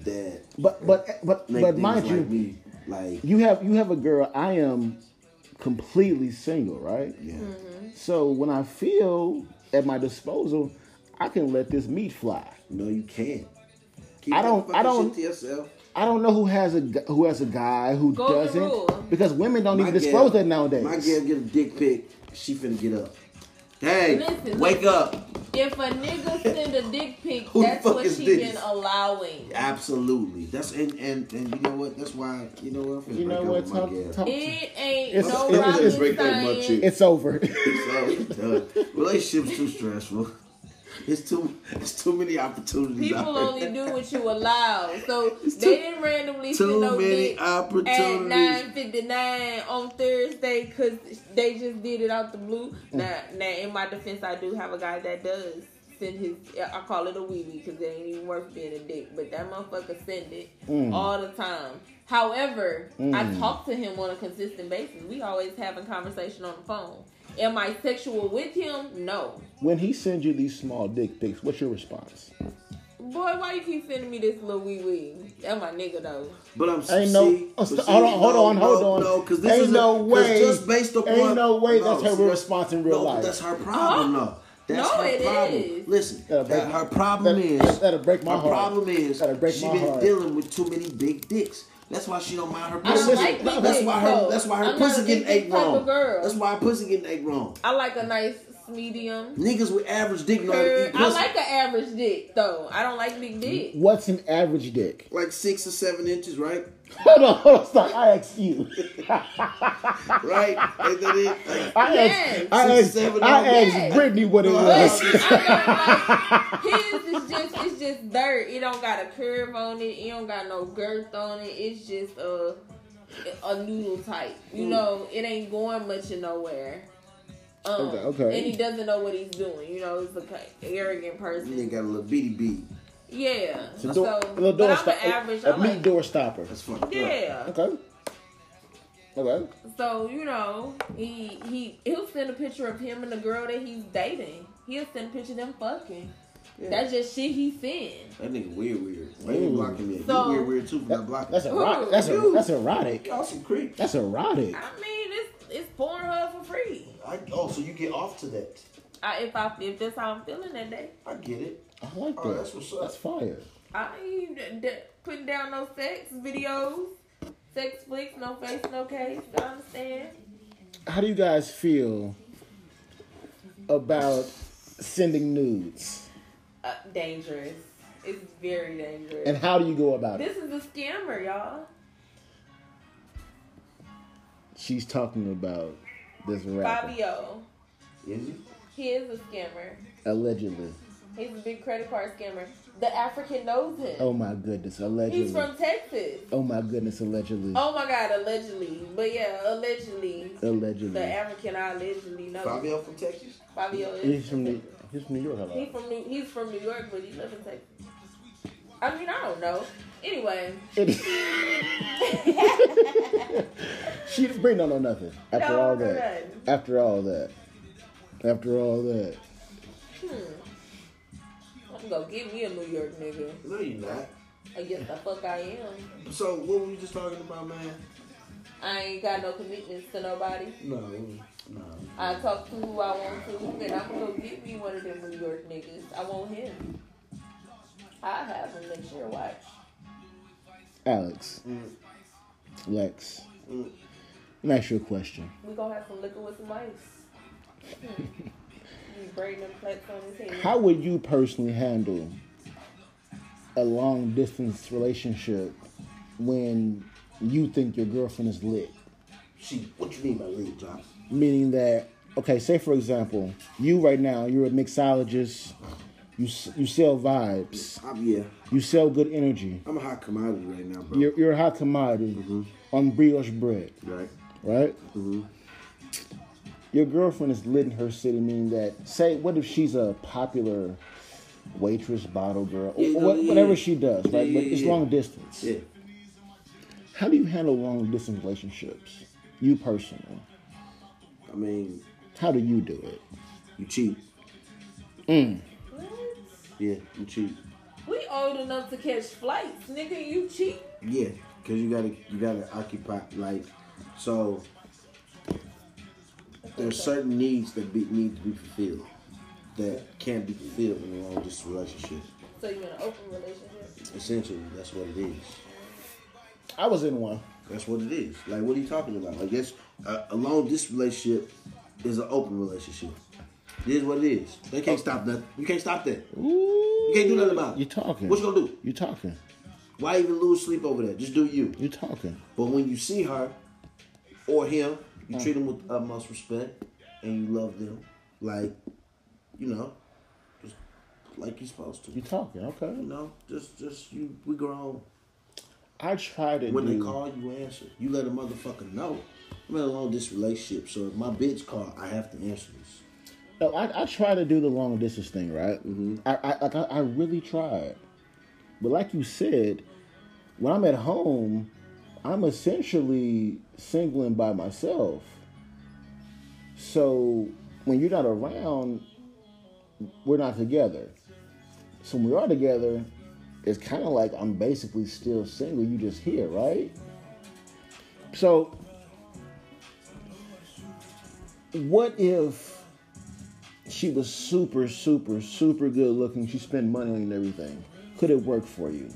that
But but but
make
but
things
mind
like
you,
me like
you have you have a girl. I am completely single, right?
yeah.
So when I feel at my disposal, I can let this meat fly.
No, you can't. Keep
I
that
don't- I
fucking
don't-
Shit to yourself.
I don't know who has a gu- who has a guy who
Golden
doesn't
rule.
because women don't
My
even disclose
gal-
that nowadays.
My girl get a dick pic. She finna get up. Hey,
Listen,
wake
listen.
up!
If a nigga send a dick pic,
Who the
that's
fuck
what
is
she
this?
been allowing.
Absolutely. That's and and and you know what? That's why you know what? I'm finna
You know
break
what?
up with my
Talk, talk
gal.
to,
It ain't
It's-
no
it's-
rocket
it's
break that much
science.
shit.
it's over.
So it's done. Relationship's too stressful. It's too it's too many opportunities. out
People
there.
only do what you allow. So they
too-
didn't randomly
too
send no
many
dick at
opportunities.
nine fifty nine on Thursday because they just did it out the blue.
Mm.
Now, now, in my defense, I do have a guy that does send his. I call it a wee wee because it ain't even worth being a dick, but that motherfucker send it
Mm.
all the time. However, I talk to him on a consistent basis. We always having conversation on the phone. Am I sexual with him? No.
when he sends you these small dick pics, what's your response?
Boy, why you keep sending me this little wee wee? That my nigga though.
But I'm
Ain't
see,
no- oh,
but
hold on,
no,
hold on,
no,
hold on.
No, because this
Ain't
is a-
no
'cause
way-
Just based upon
ain't no way that's her
see,
response in real
no, but
life.
That's her problem,
Huh?
though. That's
No,
her
it
problem.
is.
Listen,
That'll break-
that her problem
that'll-
is
that'll break my
her
heart.
problem is
That'll break
she
my
been
heart.
dealing with too many big dicks. That's why she don't mind her
I
pussy.
don't
listen,
like big
that's
dicks,
why her.
though.
That's why her
I'm not
pussy
a
getting
big dick
ate
type of
wrong.
girl.
That's why her pussy getting ate wrong.
I like a nice medium.
Niggas with average dick know how to
Curve.
eat
I
pussy.
like an average dick though. I don't like big dick.
What's an average dick?
like six or seven inches, right?
Hold on, hold on, stop. I ask you.
Right? Ain't that it? Like,
I
Yes.
asked, I asked,
Sixty-seven
I
dollars.
asked Brittany what it
No,
But
was.
I mean, like, his is just it's just dirt. It don't got a curve on it. It don't got no girth on it. It's just a a noodle type. You
Mm.
know, it ain't going much of nowhere. Um,
Okay, okay.
And he doesn't know what he's doing. You know, he's a ki- arrogant
You
person.
ain't got a little bitty bead.
Yeah. So,
Door- little
but
door
I'm
stop-
an average.
a
I
meat
like,
door stopper.
That's fucked up.
yeah.
Okay. Okay.
So you know, he he he'll send a picture of him and the girl that he's dating. He'll send a picture of them fucking.
Yeah.
That's just shit he send.
That nigga weird, weird. Why you
Ooh.
blocking me?
So-
you weird, weird too for not blocking.
That's erotic. That's, er-
Ooh.
that's erotic.
Y'all some creep.
That's erotic.
I mean, it's it's Pornhub for free.
I, oh, so you get off to that?
I, if I if that's how I'm feeling that day,
I get it.
I like that.
Oh, that's what's up.
That's fire.
I ain't d- d- putting down no sex videos, sex flicks, no face, no case. I understand.
How do you guys feel about sending nudes?
Uh, dangerous. It's very dangerous.
And how do you go about it?
this is a scammer, y'all.
She's talking about this rapper.
Fabio,
Is it?
he is a scammer.
Allegedly.
He's a big credit card scammer. The African knows him.
Oh my goodness, allegedly.
He's from Texas.
oh my goodness, allegedly.
Oh my God, allegedly. But yeah, allegedly. The
Allegedly.
African I allegedly knows.
Fabio from Texas?
Fabio is.
He's from New, he's from New York.
He
Hello.
from New, he's from New York, but he lives in Texas. I mean, I don't know. Anyway,
she Brittany don't know nothing. After
No,
all
no,
that. After all that. After all that.
I'm gonna give me a New York nigga.
No, you're not.
I guess the fuck I am.
So what were we just talking about, man?
I ain't got no commitments to nobody.
No, no.
I talk to who I want to, and I'm gonna get me one of them New York niggas. I want him. I have him next year. Watch.
Alex. Lex.
Mm.
Let me ask you a question.
We gonna have some liquor with some ice. Hmm. You braiding them plaits on his head.
How would you personally handle a long distance relationship when you think your girlfriend is lit?
She, what you mean by lead job?
Meaning that, okay, say for example, you right now, you're a mixologist, you, s- you sell vibes,
I'm, yeah,
you sell good energy,
I'm a hot commodity right now, bro.
you're, you're a hot commodity on brioche bread,
right?
right?
Mm-hmm.
Your girlfriend is lit in her city, meaning that, say, what if she's a popular waitress, bottle girl, or
Yeah, no,
what-
yeah,
whatever
yeah.
she does, right?
Yeah,
but
yeah,
it's
yeah.
long distance.
Yeah.
How do you handle long distance relationships? You personally,
I mean,
how do you do it?
you cheat.
What?
Yeah, you cheat.
We old enough to catch flights, nigga. You cheat.
Yeah, because you gotta you gotta occupy like so. There's certain needs that be, need to be fulfilled that can't be fulfilled in a long distance relationship.
So you in an open relationship?
Essentially, that's what it is.
I was in one.
That's what it is. Like, what are you talking about? Like, that's a, a long distance relationship is an open relationship. It is what it is. They can't stop nothing. You can't stop that. You can't do nothing about it.
You talking?
What you gonna do?
You talking?
Why even lose sleep over that? Just do you.
You talking?
But when you see her or him, you treat them with utmost respect and you love them like, you know, just like you're supposed to.
You
You
talking? Okay.
know, just just you. We grown.
I try to
When
do.
they call, you answer. You let a motherfucker know. I'm in a long distance relationship, so if my bitch call, I have to answer this.
No, I, I try to do the long distance thing, right? Mm-hmm. I, I, like, I I really tried, but like you said, when I'm at home, I'm essentially singling by myself. So when you're not around, we're not together. So when we are together, it's kind of like I'm basically still single. You just here, right? So what if? she was super, super, super good looking. She spent money on you and everything. Could it work for you?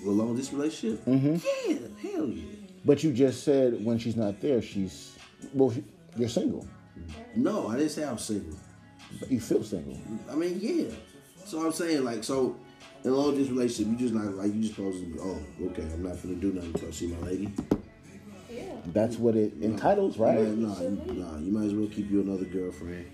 With a long distance relationship? Mm-hmm. Yeah, hell yeah.
But you just said when she's not there, she's well, she- you're single.
No, I didn't say I was single.
But you feel single.
I mean, yeah. So I'm saying, like, so in a long distance relationship, you just not like you just supposed to be. Oh, okay, I'm not finna do nothing until I see my lady.
Yeah.
That's what it entitles, right?
No, nah, nah, you might as well keep you another girlfriend.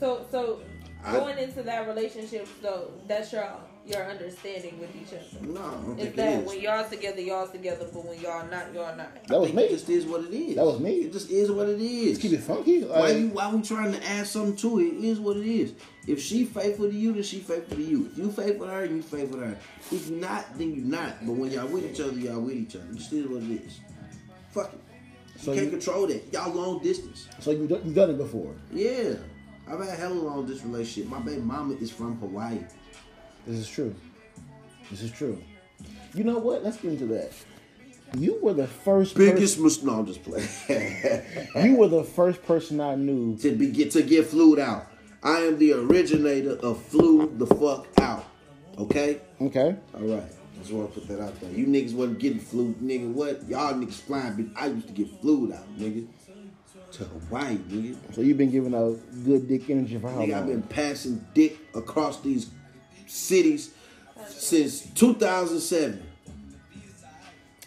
So so
I-
going into that relationship, though, that's your your understanding with each other.
No, I don't
It's
think
that
it
when
is.
y'all together, y'all together, but when y'all not, y'all not.
That
I
was
think It
me.
just is what it is.
That was me.
It just is what it is.
Keep it funky.
Why
Like,
you why we trying to add something to it? It is what it is. If she faithful to you, then she faithful to you. If you faithful to her, you faithful to her. If you not, then you not. But when y'all with each other, y'all with each other. It just is what it is. Fuck it.
So
you can't
you-
control that. Y'all long distance.
so you done, you done it before.
Yeah. I've had hella long distance relationship. My baby mama is from Hawaii.
This is true. This is true. You know what? Let's get into that. You were the first
Biggest mis- no, I'm just playing.
Person, you were the first person I knew.
to be get to get flued out. I am the originator of flew the fuck out. Okay?
Okay.
All right, that's why I put that out there. You niggas wasn't getting flu, nigga. What? Y'all niggas flying, bitch. I used to get flued out, nigga. To Hawaii, nigga.
So you've been giving out good dick energy for how
Nigga, I've
long?
been passing dick across these cities since 2007.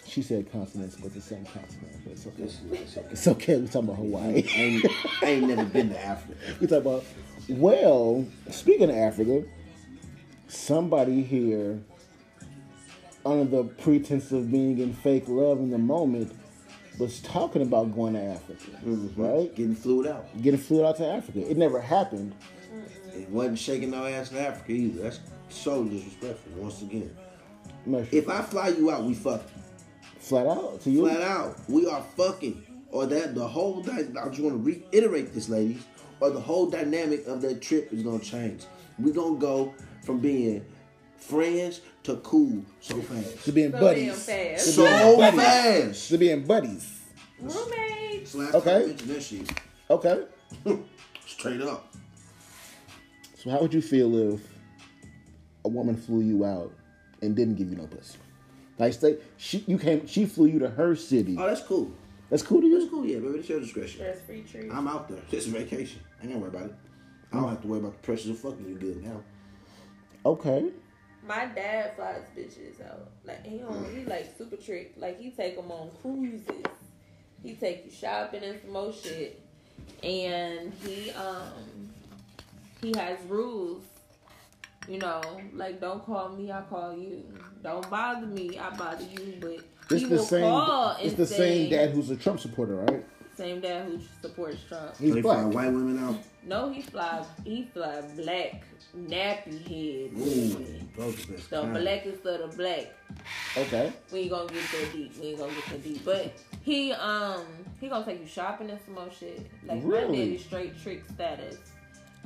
She said consonants, but the same consonant. But it's okay. It's okay. We're talking about Hawaii.
I ain't, I ain't never been to Africa.
We're talking about. Well, speaking of Africa, somebody here, under the pretense of being in fake love in the moment, was talking about going to Africa, right?
Getting flued out.
Getting flew out to Africa. It never happened.
It wasn't shaking no ass in Africa either. That's so disrespectful, once again.
Measure.
If I fly you out, we fucking.
flat out to you,
Flat out, we are fucking. Or that the whole dy- I just want to reiterate this, ladies. Or the whole dynamic of that trip is gonna change. We gonna go from being friends to cool so fast,
to being
So
buddies,
damn fast.
to being
so
buddies,
fast.
to being buddies.
Roommates.
Last
Okay.
time I mentioned that shit,
Okay.
straight up.
So how would you feel if a woman flew you out and didn't give you no pussy? Like say she you came she flew you to her city.
Oh, that's cool.
That's cool to
That's
you?
cool. Yeah, baby, that's your discretion.
That's free treat.
I'm out there. This is vacation. I ain't gonna worry about it. I don't have to worry about the pressures of fucking you good now.
Okay.
My dad flies bitches out. Like he don't,
Mm.
he like super trick. Like he take them on cruises. He take you shopping and some more shit. And he um he has rules. You know, like don't call me, I call you. Don't bother me, I bother you. But
It's
he
the
will
same
call
it's
and
the
say,
same dad who's a Trump supporter, right?
same dad who supports Trump.
He's
they
black.
find white women out.
No, he fly he fly black nappy head.
Ooh, Mm.
women.
those the best
The
kind.
blackest of the black.
Okay.
We ain't gonna get that deep. We ain't gonna get that deep. But he um he gonna take you shopping and some more shit. Like my
Really?
daddy straight trick status.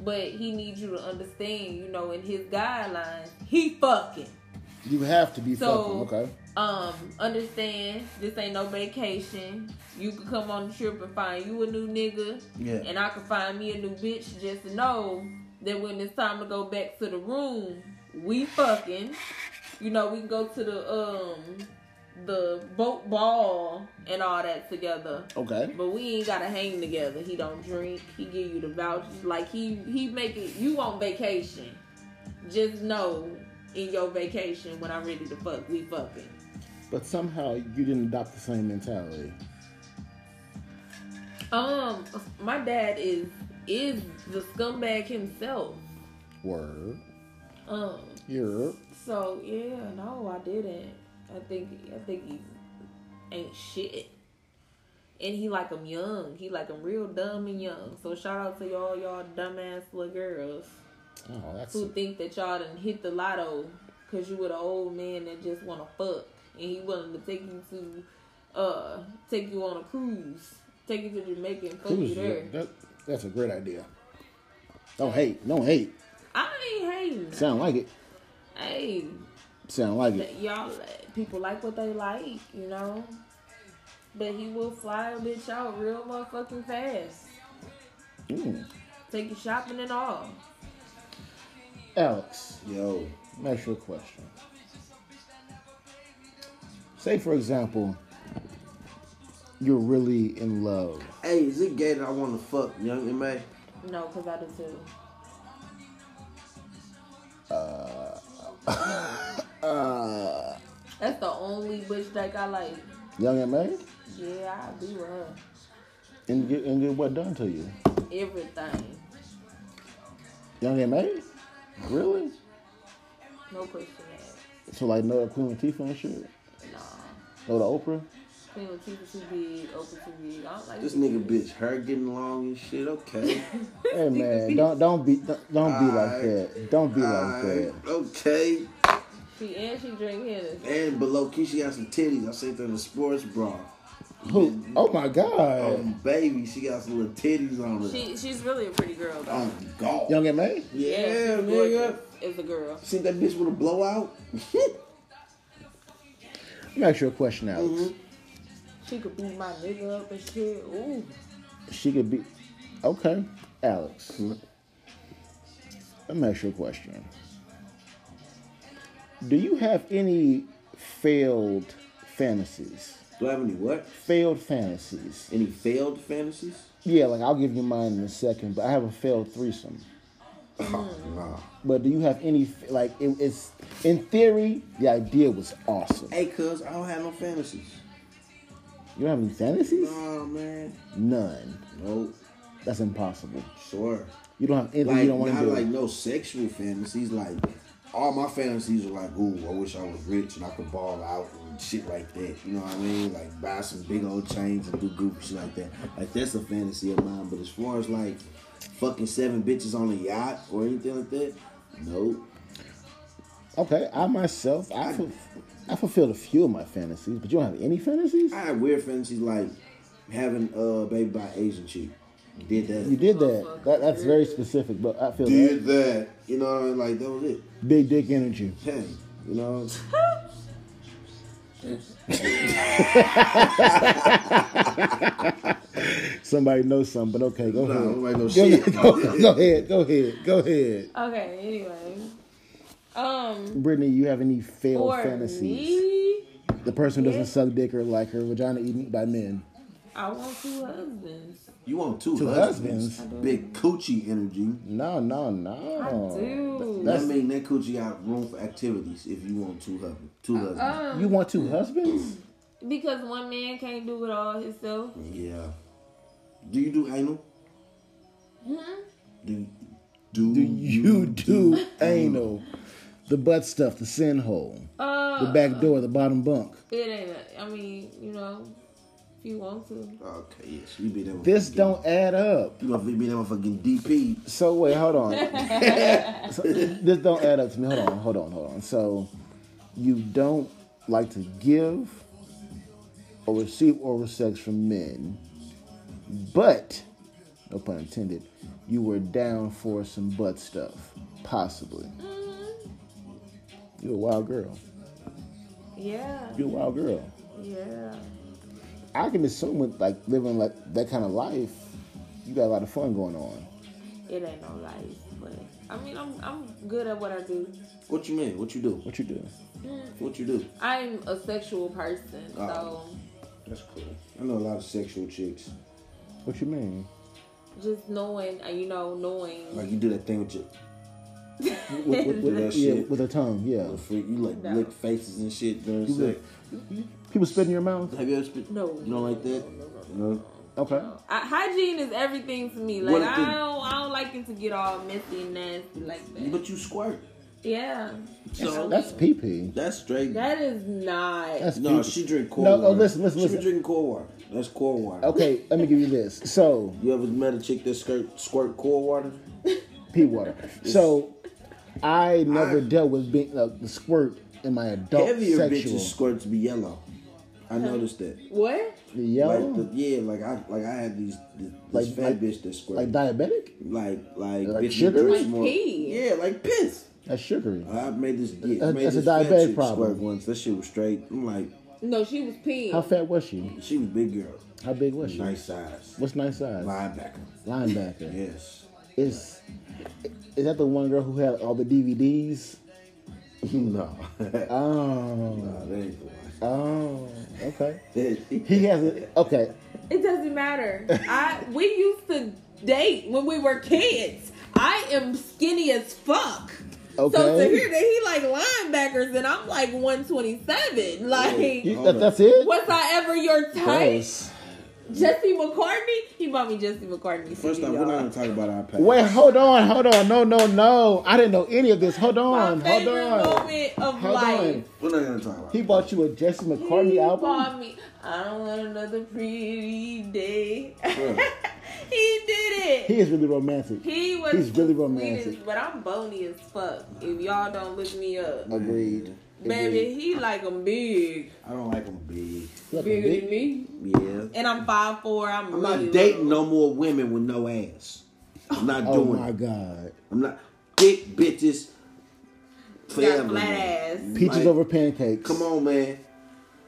But he needs you to understand, you know, in his guidelines, he fucking.
You have to be fucking
So,
okay.
um, understand this ain't no vacation. You can come on the trip and find you a new nigga,
Yeah.
and I can find me a new bitch. Just to know that when it's time to go back to the room, we fucking. You know, we can go to the um the boat ball and all that together.
Okay.
But we ain't gotta hang together. He don't drink. He give you the vouchers. Like he he make it. You on vacation. Just know in your vacation when I'm ready to fuck, we fucking.
But somehow you didn't adopt the same mentality.
Um, my dad is is the scumbag himself.
Word.
Um,
You're oh,
so yeah, no, I didn't. I think I think he ain't shit. And he like I'm young. He like I'm real dumb and young. So shout out to y'all, y'all dumbass little girls.
oh that's
who think that y'all done hit the lotto because you were the old man that just want to fuck and he willing to take you to uh take you on a cruise take you to jamaica and fuck
who's
you there
that, that's a great idea. Don't hate. Don't hate.
i ain't hating
Sound like it.
hey
Sound like it.
that y'all people like what they like you know but he will fly a bitch out real motherfucking fast
Mm.
take you shopping and all
Alex,
Yo,
that's your question. Say for example, you're really in love.
hey, is it gay that I want to fuck Young and May?
no because i do too
Uh,
that's the only bitch that got like
young and married,
yeah i be with her
and get and get what done to you.
everything
Young and married, really?
no question asked
So like know the Queen Latifah and shit,
Nah.
know the Oprah.
Queen Latifah too big, Oprah too big. I don't like
This
these
nigga
bitches.
bitch, her getting along and shit. Okay.
Hey man, don't don't be don't, don't be like
Alright.
that. Don't be like that.
Alright, Okay.
She and she drink Hennessy.
And below key, she got some titties. I seen her in a sports bra.
Who? Oh my
Oh
God.
baby, she got some little titties on her.
She she's really a pretty girl though.
oh god.
Young and May?
yeah,
she's
nigga.
gorgeous As a girl.
See that bitch with a blowout? Mm-hmm.
Let me ask you a question, Alex.
She could beat my nigga up and shit. Ooh.
She could be. Okay, Alex. Let me ask you a question. Do you have any failed fantasies?
Do I have any what?
Failed fantasies?
Any failed fantasies?
Yeah, like I'll give you mine in a second, but I have a failed threesome.
Mm-hmm.
Oh, nah.
But do you have any f- like it, it's in theory the idea was awesome.
Hey, cuz, I don't have no fantasies.
You don't have any fantasies?
Nah, man.
None.
Nope.
That's impossible.
Sure.
You don't have anything
Like,
you don't want to
not
do.
like no sexual fantasies. Like, all my fantasies are like, ooh, I wish I was rich and I could ball out and shit like that. You know what I mean? Like, buy some big old chains and do goofy shit like that. Like, that's a fantasy of mine. But as far as like fucking seven bitches on a yacht or anything like that, nope.
Okay, I myself, I, ful- I fulfilled a few of my fantasies, but you don't have any fantasies?
I had weird fantasies like having a uh, baby by Asian chick. Did that.
You did that. that that's very specific, but I feel
did
that.
that. You know, what I mean? like that was it.
big dick energy.
Hey, you know.
Somebody knows something, but okay, go
Nah,
ahead.
nobody knows
go,
shit.
go- go ahead, go ahead, go ahead.
Okay, anyway. Um
Brittany, you have any failed
for
fantasies?
me,
The person who doesn't suck dick or like her vagina eaten by men.
I want two husbands.
You want two,
Two
husbands.
husbands.
Big coochie energy.
No, no, no.
I do.
That's-
That mean that coochie got room for activities if you want two husbands. Two husbands.
You want two husbands?
Because one man can't do it all himself.
yeah. Do you do anal?
Mm-hmm.
Do do,
Do you do anal? The butt stuff, the sin hole,
Uh
the back door, the bottom bunk.
it ain't a, I mean, you know, if you want to.
Okay, yes. You be that.
This
motherfucking-
don't add up.
You gonna be that motherfucking DP?
So wait, hold on. So, this don't add up to me. Hold on, hold on, hold on. So you don't like to give or receive oral sex from men, but no pun intended,
Mm-hmm.
you were down for some butt stuff, possibly. You a wild girl.
Yeah.
You a wild girl.
Yeah.
I can assume with like living like that kind of life, you got a lot of fun going on.
It ain't no life, but I mean, I'm I'm good at what I do.
What you mean? What you do?
What you do?
What you do?
I'm a sexual person, so
Oh. That's cool. I know a lot of sexual chicks.
What you mean?
just knowing, uh, you know, knowing.
Like you do that thing with your
With, with, with,
Do that
yeah,
shit.
with a tongue, yeah.
little freak. You like
No.
lick faces and shit during
You
sex.
People spit in your mouth.
Have you ever? Spit?
No.
You don't like that? No.
Okay.
I, hygiene is everything to me. Like
What
I
the-
don't, I don't like it to get all messy and nasty like that.
But you squirt.
yeah,
So that's,
That's pee pee.
straight.
that is not.
That's
no,
pee-pee.
she drink cold
No,
water.
no, listen, listen,
she
listen.
She drinking cold water. That's cold water.
Okay, let me give you this. So
You ever met a chick that skirt squirt cold water?
pee water. So I never dealt with being like the squirt in my adult
Heavier
sexual.
bitches squirts be yellow. I noticed that.
what?
The yellow,
Like the, yeah, like I like I had these this, this
Like-
fat
like-
bitch that squirt.
like diabetic.
like like,
Like
bitch,
sugar?
you drink
Like
more-
pee.
Yeah, like piss.
That's sugary.
I made this yeah,
That-
made
that's a
this fat
diabetic
chick
problem.
squirt once. That shit was straight. I'm like,
No, she was peeing.
How fat was she?
she was big girl,
How big was she?
nice size,
What's nice size?
linebacker.
Linebacker.
Yes.
Is is that the one girl who had all the DVDs?
no.
Oh,
no, that ain't the one.
oh, okay.
He
He has a okay.
It doesn't matter. I we used to date when we were kids. I am skinny as fuck. So to
Okay.
hear that he like linebackers and I'm like 127, like
You, that, that's it.
was I ever your type?
Gross.
Jesse McCartney? He bought me Jesse McCartney.
First off,
CD,
we're not
y'all.
gonna talk about our past.
Wait, hold on, hold on. No, no, no. I didn't know any of this. Hold on,
My
hold
favorite
on.
moment of
Hold
life.
on.
We're not gonna talk about.
He
it.
bought you a Jesse McCartney
he
album.
bought me. I don't want another pretty day. he
Bruh.
did it.
He is really romantic.
He was.
He's really
the
romantic.
sweetest, but I'm bony as fuck. If y'all don't look me up,
Agreed.
baby, he like 'em big,
I don't like them big.
Look,
bigger
big-
than me.
Yeah.
And I'm five four. I'm,
I'm
really
not dating
little.
no more women with no ass. I'm not
Oh
doing
my
it.
God.
I'm not thick bitches forever.
Got flat
man.
ass.
Peaches
Like,
over pancakes.
Come on, man.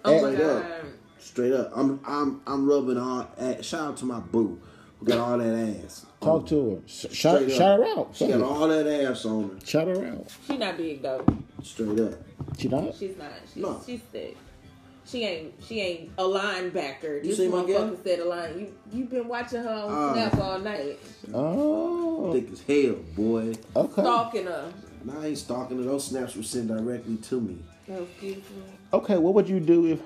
Oh my
Straight up.
god.
Straight up. I'm I'm I'm rubbing all ass. shout out to my boo who got all that ass.
Talk to her. Sh- Shout,
Straight up.
shout her out.
She got
Fuck it.
all that ass on her.
Shout her out.
She not big though.
Straight up.
She not?
She's not. She's,
No.
she's thick. She ain't. She ain't a linebacker.
You
This
see my girl?
motherfucker said a line. You you been watching her on
Uh.
Snap all night,
Oh.
Thick as hell, boy.
Okay.
stalking her.
And I ain't stalking her. Those snaps were sent directly to me.
That was beautiful.
Okay, what would you do if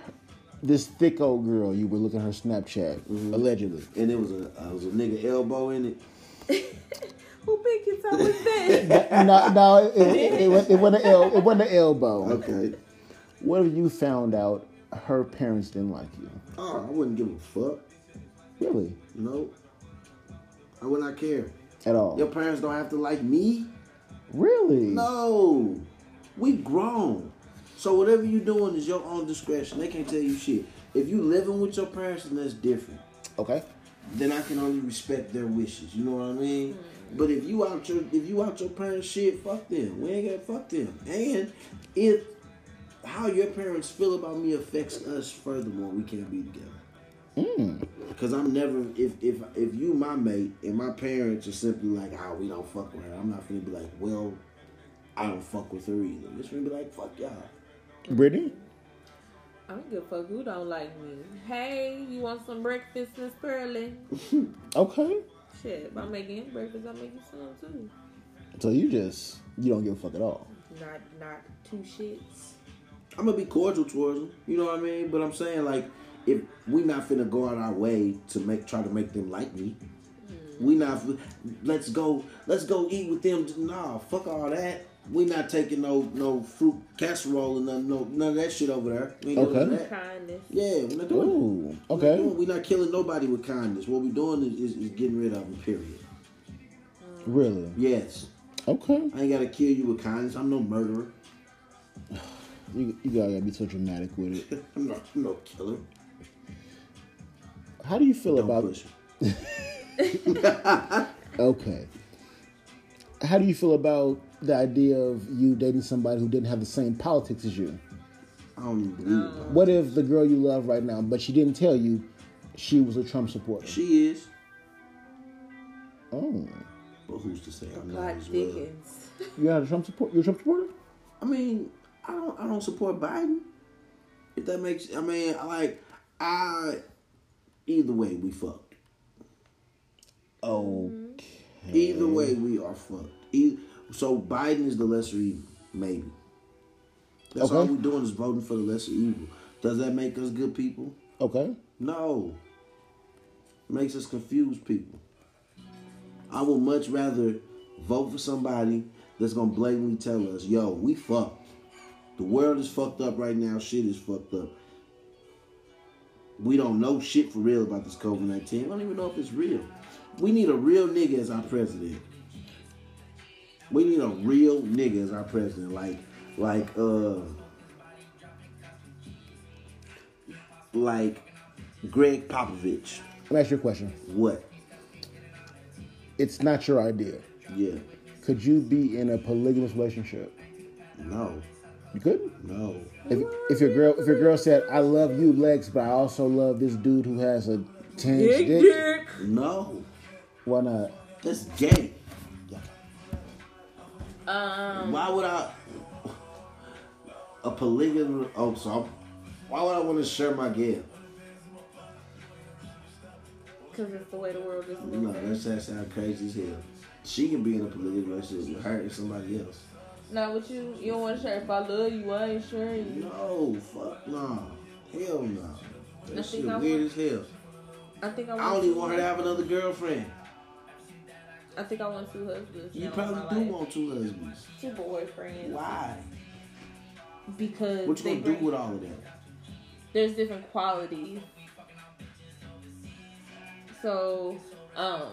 this thick old girl, you were looking at her Snapchat,
Mm-hmm.
allegedly?
And it was a uh, was a nigga elbow in it.
Who big your toe is that?
no, no, it, it, it, was- it wasn't an el- it wasn't an elbow.
Okay.
What if you found out her parents didn't like you?
Oh, I wouldn't give a fuck.
Really?
No. I would not care.
At all?
Your parents don't have to like me.
Really?
No, we grown. So whatever you doing is your own discretion. They can't tell you shit. If you living with your parents, then that's different.
Okay.
Then I can only respect their wishes. You know what I mean? But if you out your if you out your parents shit, fuck them. We ain't gotta fuck them. And if how your parents feel about me affects us, furthermore, we can't be together. Cause I'm never if if if you my mate and my parents are simply like, ah, we don't fuck with her. I'm not gonna be like, well, I don't fuck with her either. It's gonna be like, fuck y'all.
Brittany?
I don't give a fuck who don't like me. Hey, you want some breakfast, Miss Pearly?
Okay.
Shit, if I make any breakfast, I'll make you some too.
So you just, you don't give a fuck at all.
Not not two shits.
I'm gonna be cordial towards them. You know what I mean? But I'm saying like, if we not finna go out our way to make try to make them like me, we not. Let's go. Let's go eat with them. Nah, fuck all that. We not taking no no fruit casserole and none, no none of that shit over there. We ain't doing
Okay.
that.
Kindness.
Yeah, we're not doing. it.
Ooh.
We're not
Okay.
doing- we not killing nobody with kindness. What we're doing is, is, is getting rid of them. Period.
Really?
Yes,
Okay.
I ain't gotta kill you with kindness. I'm no murderer.
You, you gotta be so dramatic with it.
I'm not I'm no killer.
How do you feel
Don't
about
push. me.
Okay. How do you feel about the idea of you dating somebody who didn't have the same politics as you.
I don't even believe it. though.
What if the girl you love right now, but she didn't tell you she was a Trump supporter?
She is,
oh,
but who's to say I'm not
Plot
as well?
Dickens.
you're not a Trump support. You're a Trump supporter.
I mean, I don't, I don't support Biden. If that makes, I mean, I like, I, either way, we fucked.
Oh,
Either way, we are fucked. Either, so Biden is the lesser evil, maybe. That's all
Okay.
we're doing is voting for the lesser evil. Does that make us good people?
okay.
No. Makes us confuse people. I would much rather vote for somebody that's gonna blatantly tell us, yo, we fucked. The world is fucked up right now, shit is fucked up. We don't know shit for real about this COVID 19. We don't even know if it's real. We need a real nigga as our president. We need a real nigga as our president. Like, like, uh, like Greg Popovich.
Let me ask you a question.
What?
It's not your idea.
Yeah.
Could you be in a polygamous relationship?
No.
You couldn't.
No.
If, if your girl if your girl said I love you Lex, but I also love this dude who has a tinged dick,
No.
why not?
That's gay.
Um,
Why would I? A polygamous. Oh, so I'm, why would I want to share my gay?
because it's the way the world is
No,
moving.
that's that sound crazy as hell. She can be in a polygamous relationship with her and somebody else.
Now, what you you don't want to share? If I love you, I ain't sharing you.
No, fuck no. Hell no.
I think
That shit
I
weird
want-
as hell.
I think I want.
I don't even want her to
two-
have another girlfriend.
I think I want two husbands.
You
now in my
probably do
life.
want two husbands.
two boyfriends.
Why?
Because
What you
they
gonna
bring,
do with all of that?
there's different qualities. So, um,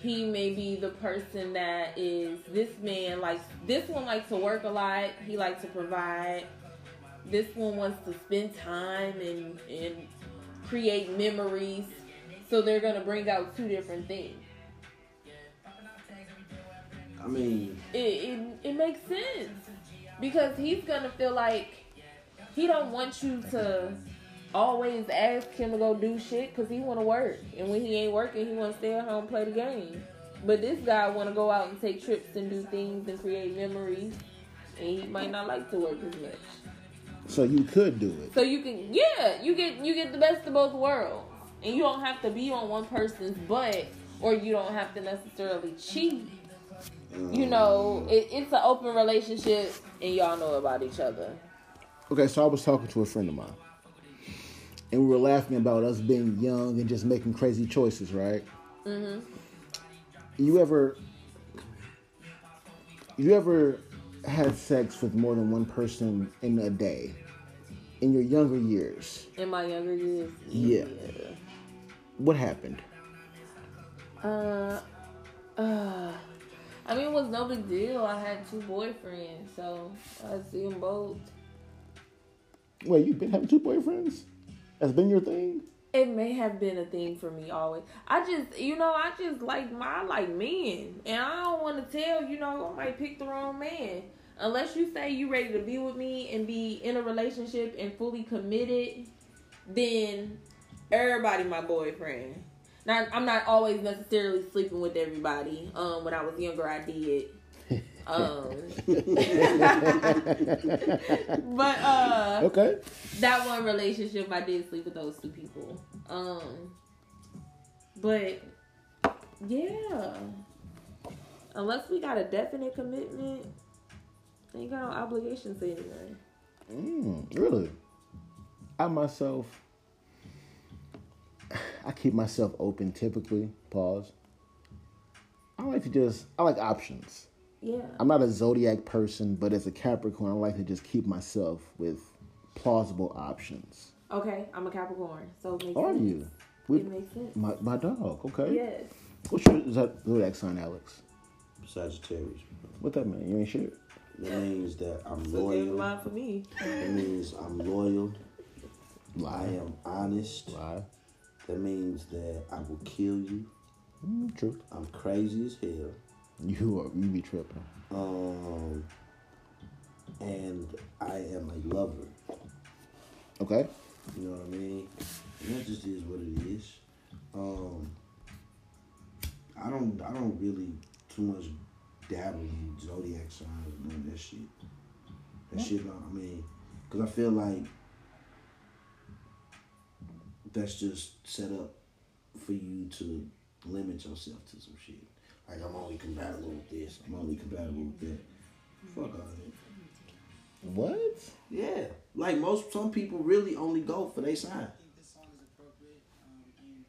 he may be the person that is this man likes this one likes to work a lot. He likes to provide. This one wants to spend time and and create memories. So they're gonna bring out two different things.
I mean,
it, it, it makes sense because he's gonna feel like he don't want you to always ask him to go do shit because he want to work and when he ain't working he want to stay at home play the game but this guy want to go out and take trips and do things and create memories and he might not like to work as much
So you could do it.
so you can yeah you get you get the best of both worlds and you don't have to be on one person's butt or you don't have to necessarily cheat you know, it, it's an open relationship, and y'all know about each other.
Okay, so I was talking to a friend of mine, and we were laughing about us being young and just making crazy choices, right? Mm-hmm. You ever, you ever had sex with more than one person in a day in your younger years?
In my younger years,
Yeah. What happened?
Uh, uh, I mean, it was no big deal. I had two boyfriends, so I see them both.
Wait, you've been having two boyfriends? That's been your thing?
It may have been a thing for me always. I just, you know, I just like my I like men, and I don't want to tell. You know, I might pick the wrong man unless you say you ready to be with me and be in a relationship and fully committed. Then everybody my boyfriend. Now I'm not always necessarily sleeping with everybody. Um, when I was younger, I did. Um, but uh,
Okay.
that one relationship I did sleep with those two people. Um but yeah. Unless we got a definite commitment, ain't got no obligation to anyone.
Mm, really? I myself, I keep myself open typically. Pause. I like to just, I like options.
Yeah.
I'm not a zodiac person, but as a Capricorn, I like to just keep myself with plausible options.
Okay, I'm a Capricorn, so it makes
Are
sense.
you? We,
It makes sense.
my, my dog, okay.
Yes.
What's your zo- zodiac sign, Alex?
Sagittarius.
What that mean? You ain't shit?
That means that I'm
So there's a
loyal.
lot for me.
That means I'm loyal. I
Lie.
am honest.
Lie.
That means that I will kill you.
Mm, truth.
I'm crazy as hell.
You are, you be tripping.
Um, and I am a lover.
Okay.
You know what I mean? And that just is what it is. Um, I don't I don't really too much dabble in zodiac signs and none of that shit. That shit, not, I mean, because I feel like that's just set up for you to limit yourself to some shit. Like I'm only compatible with this. I'm only compatible with that. Fuck all that.
What?
Yeah, like most some people really only go for their sign.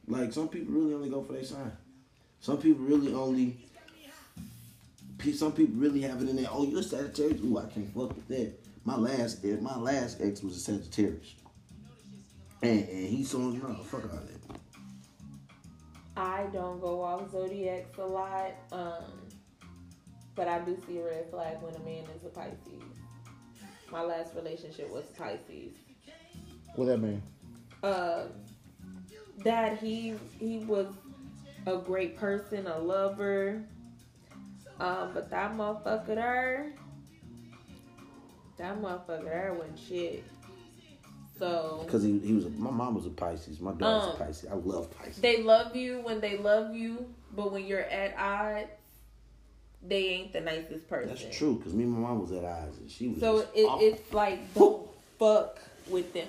Like some people really only go for their sign. Some people really only. pe- Some people really have it in there. Oh, you're a Sagittarius. Ooh, I can't fuck with that. My last, ex- my last ex was a Sagittarius, and, and he told me, no, fuck all that.
I don't go off zodiacs a lot, um, but I do see a red flag when a man is a Pisces. My last relationship was Pisces.
What that mean?
uh, that he he was a great person, a lover. Uh, but that motherfucker there, that motherfucker there wasn't shit. So
Because he, he was a, my mom was a Pisces, my dad was
Um,
a Pisces. I love Pisces.
they love you when they love you, but when you're at odds, they ain't the nicest person.
That's true. Because me and my mom was at odds, and she was.
So it,
just off.
it's like don't fuck with them.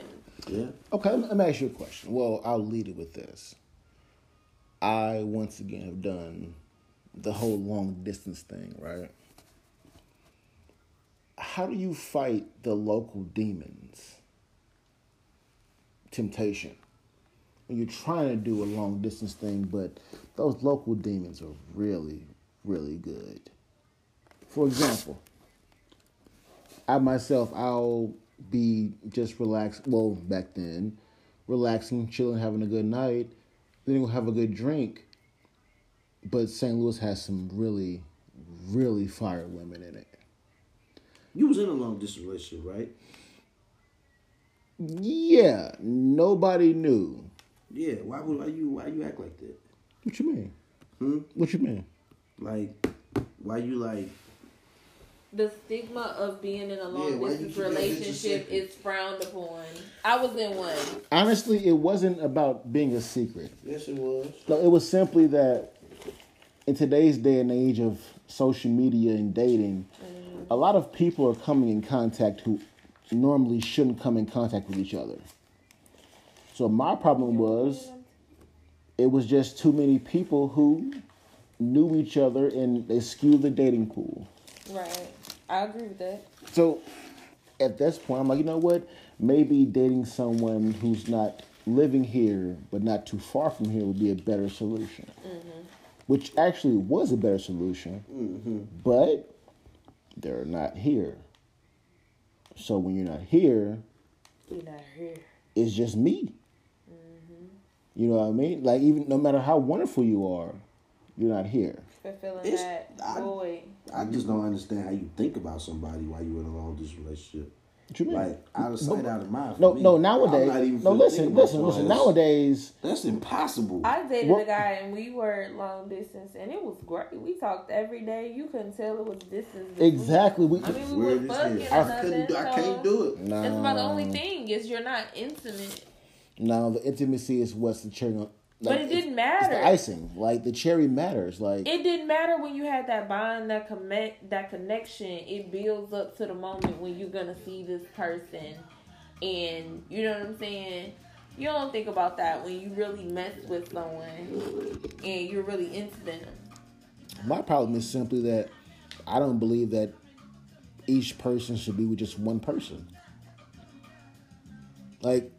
yeah.
Okay, let me- let me ask you a question. Well, I'll lead it with this. I once again have done the whole long distance thing, right? How do you fight the local demons? Temptation. When you're trying to do a long distance thing, but those local demons are really, really good. For example, I myself, I'll be just relaxed. Well, back then, relaxing, chilling, having a good night. Then we'll have a good drink. But St. Louis has some really, really fire women in it.
You was in a long distance relationship, right?
Yeah, nobody knew.
Yeah. Why would why you why you act like that?
What you mean?
Hmm?
What you mean?
Like, why you like?
the stigma of being in a long
why you
distance
keep that
relationship
relationship?
is frowned upon. I was in one.
Honestly, it wasn't about being a secret.
Yes, it was.
No, it was simply that in today's day and age of social media and dating, a lot of people are coming in contact who normally shouldn't come in contact with each other. So my problem was it was just too many people who knew each other and they skewed the dating pool.
Right. I agree with that.
So at this point, I'm like, you know what? Maybe dating someone who's not living here but not too far from here would be a better solution.
Mm-hmm.
Which actually was a better solution,
Mm-hmm.
but they're not here. So when you're not here,
You're not here.
it's just me.
Mm-hmm.
You know what I mean? Like even no matter how wonderful you are, you're not here.
Fulfilling
It's-
that
I-
void.
I just don't understand how you think about somebody while you in a long distance relationship.
What you mean?
Like out of sight, out of mind. for
no,
me.
no.
I'm
Nowadays,
not even
no.
finna think
Listen, listen,
about
listen.
somebody else.
Nowadays,
that's impossible.
I dated
What-
a guy and we were long distance and it was great. We talked every day. You couldn't tell it was distance. between-
exactly. We,
I mean, we
Weird
were
as
fucking.
hell. I
nothing,
couldn't. do- I
so-
can't do it.
No,
That's about the only thing is you're not intimate.
no, the intimacy is what's the cherry. On,
But it
it's-
didn't
It's
matter.
the icing, like the cherry matters. Like
It didn't matter when you had that bond, that connect, that connection. It builds up to the moment when you're gonna see this person, and you know what I'm saying. You don't think about that when you really mess with someone and you're really into them.
my problem is simply that I don't believe that each person should be with just one person. Like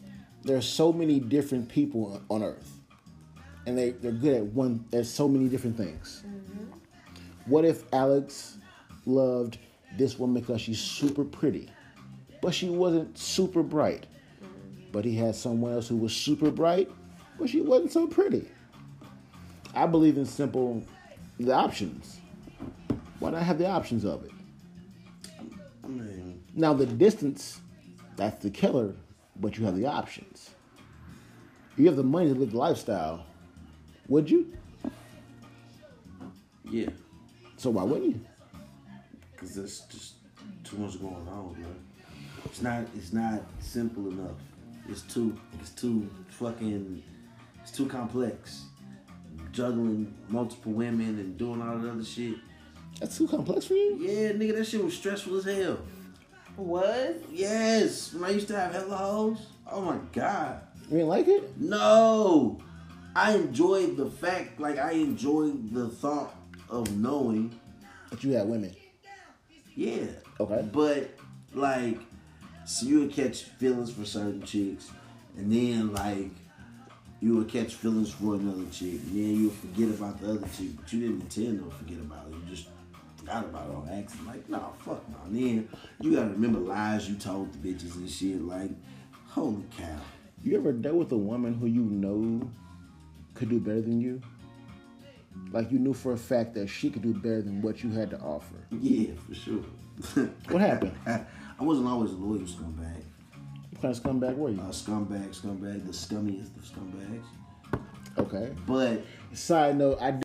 there are so many different people on Earth, and they they're good at one. There's so many different things. What if Alex loved this woman because she's super pretty, but she wasn't super bright? But he had someone else who was super bright, but she wasn't so pretty. I believe in simple the options. Why not have the options of it?
I mean,
Now the distance, that's the killer, but you have the options. You have the money to live the lifestyle. Would you?
yeah.
So why wouldn't you?
Cause there's just too much going on, man. It's not it's not simple enough. It's too it's too fucking it's too complex. Juggling multiple women and doing all that other shit.
That's too complex for you.
Yeah, nigga, that shit was stressful as hell.
Was
Yes, when I used to have hella hoes. Oh my god.
You ain't like it?
No, I enjoyed the fact, like I enjoyed the thought of knowing.
But you had women.
Yeah.
Okay.
But like, so you would catch feelings for certain chicks, and then like, you would catch feelings for another chick, and then you would forget about the other chick, but you didn't intend to forget about it. You just forgot about it on accident. Like, nah, fuck no. And then you gotta remember lies you told the bitches and shit. Like, holy cow.
You ever dealt with a woman who you know could do better than you? Like you knew for a fact that she could do better than what you had to offer.
Yeah, for sure.
What happened?
I, I wasn't always a loyal scumbag.
What kind of scumbag were you?
Uh, scumbag, scumbag, the scummiest of scumbags.
Okay.
But
Side note, I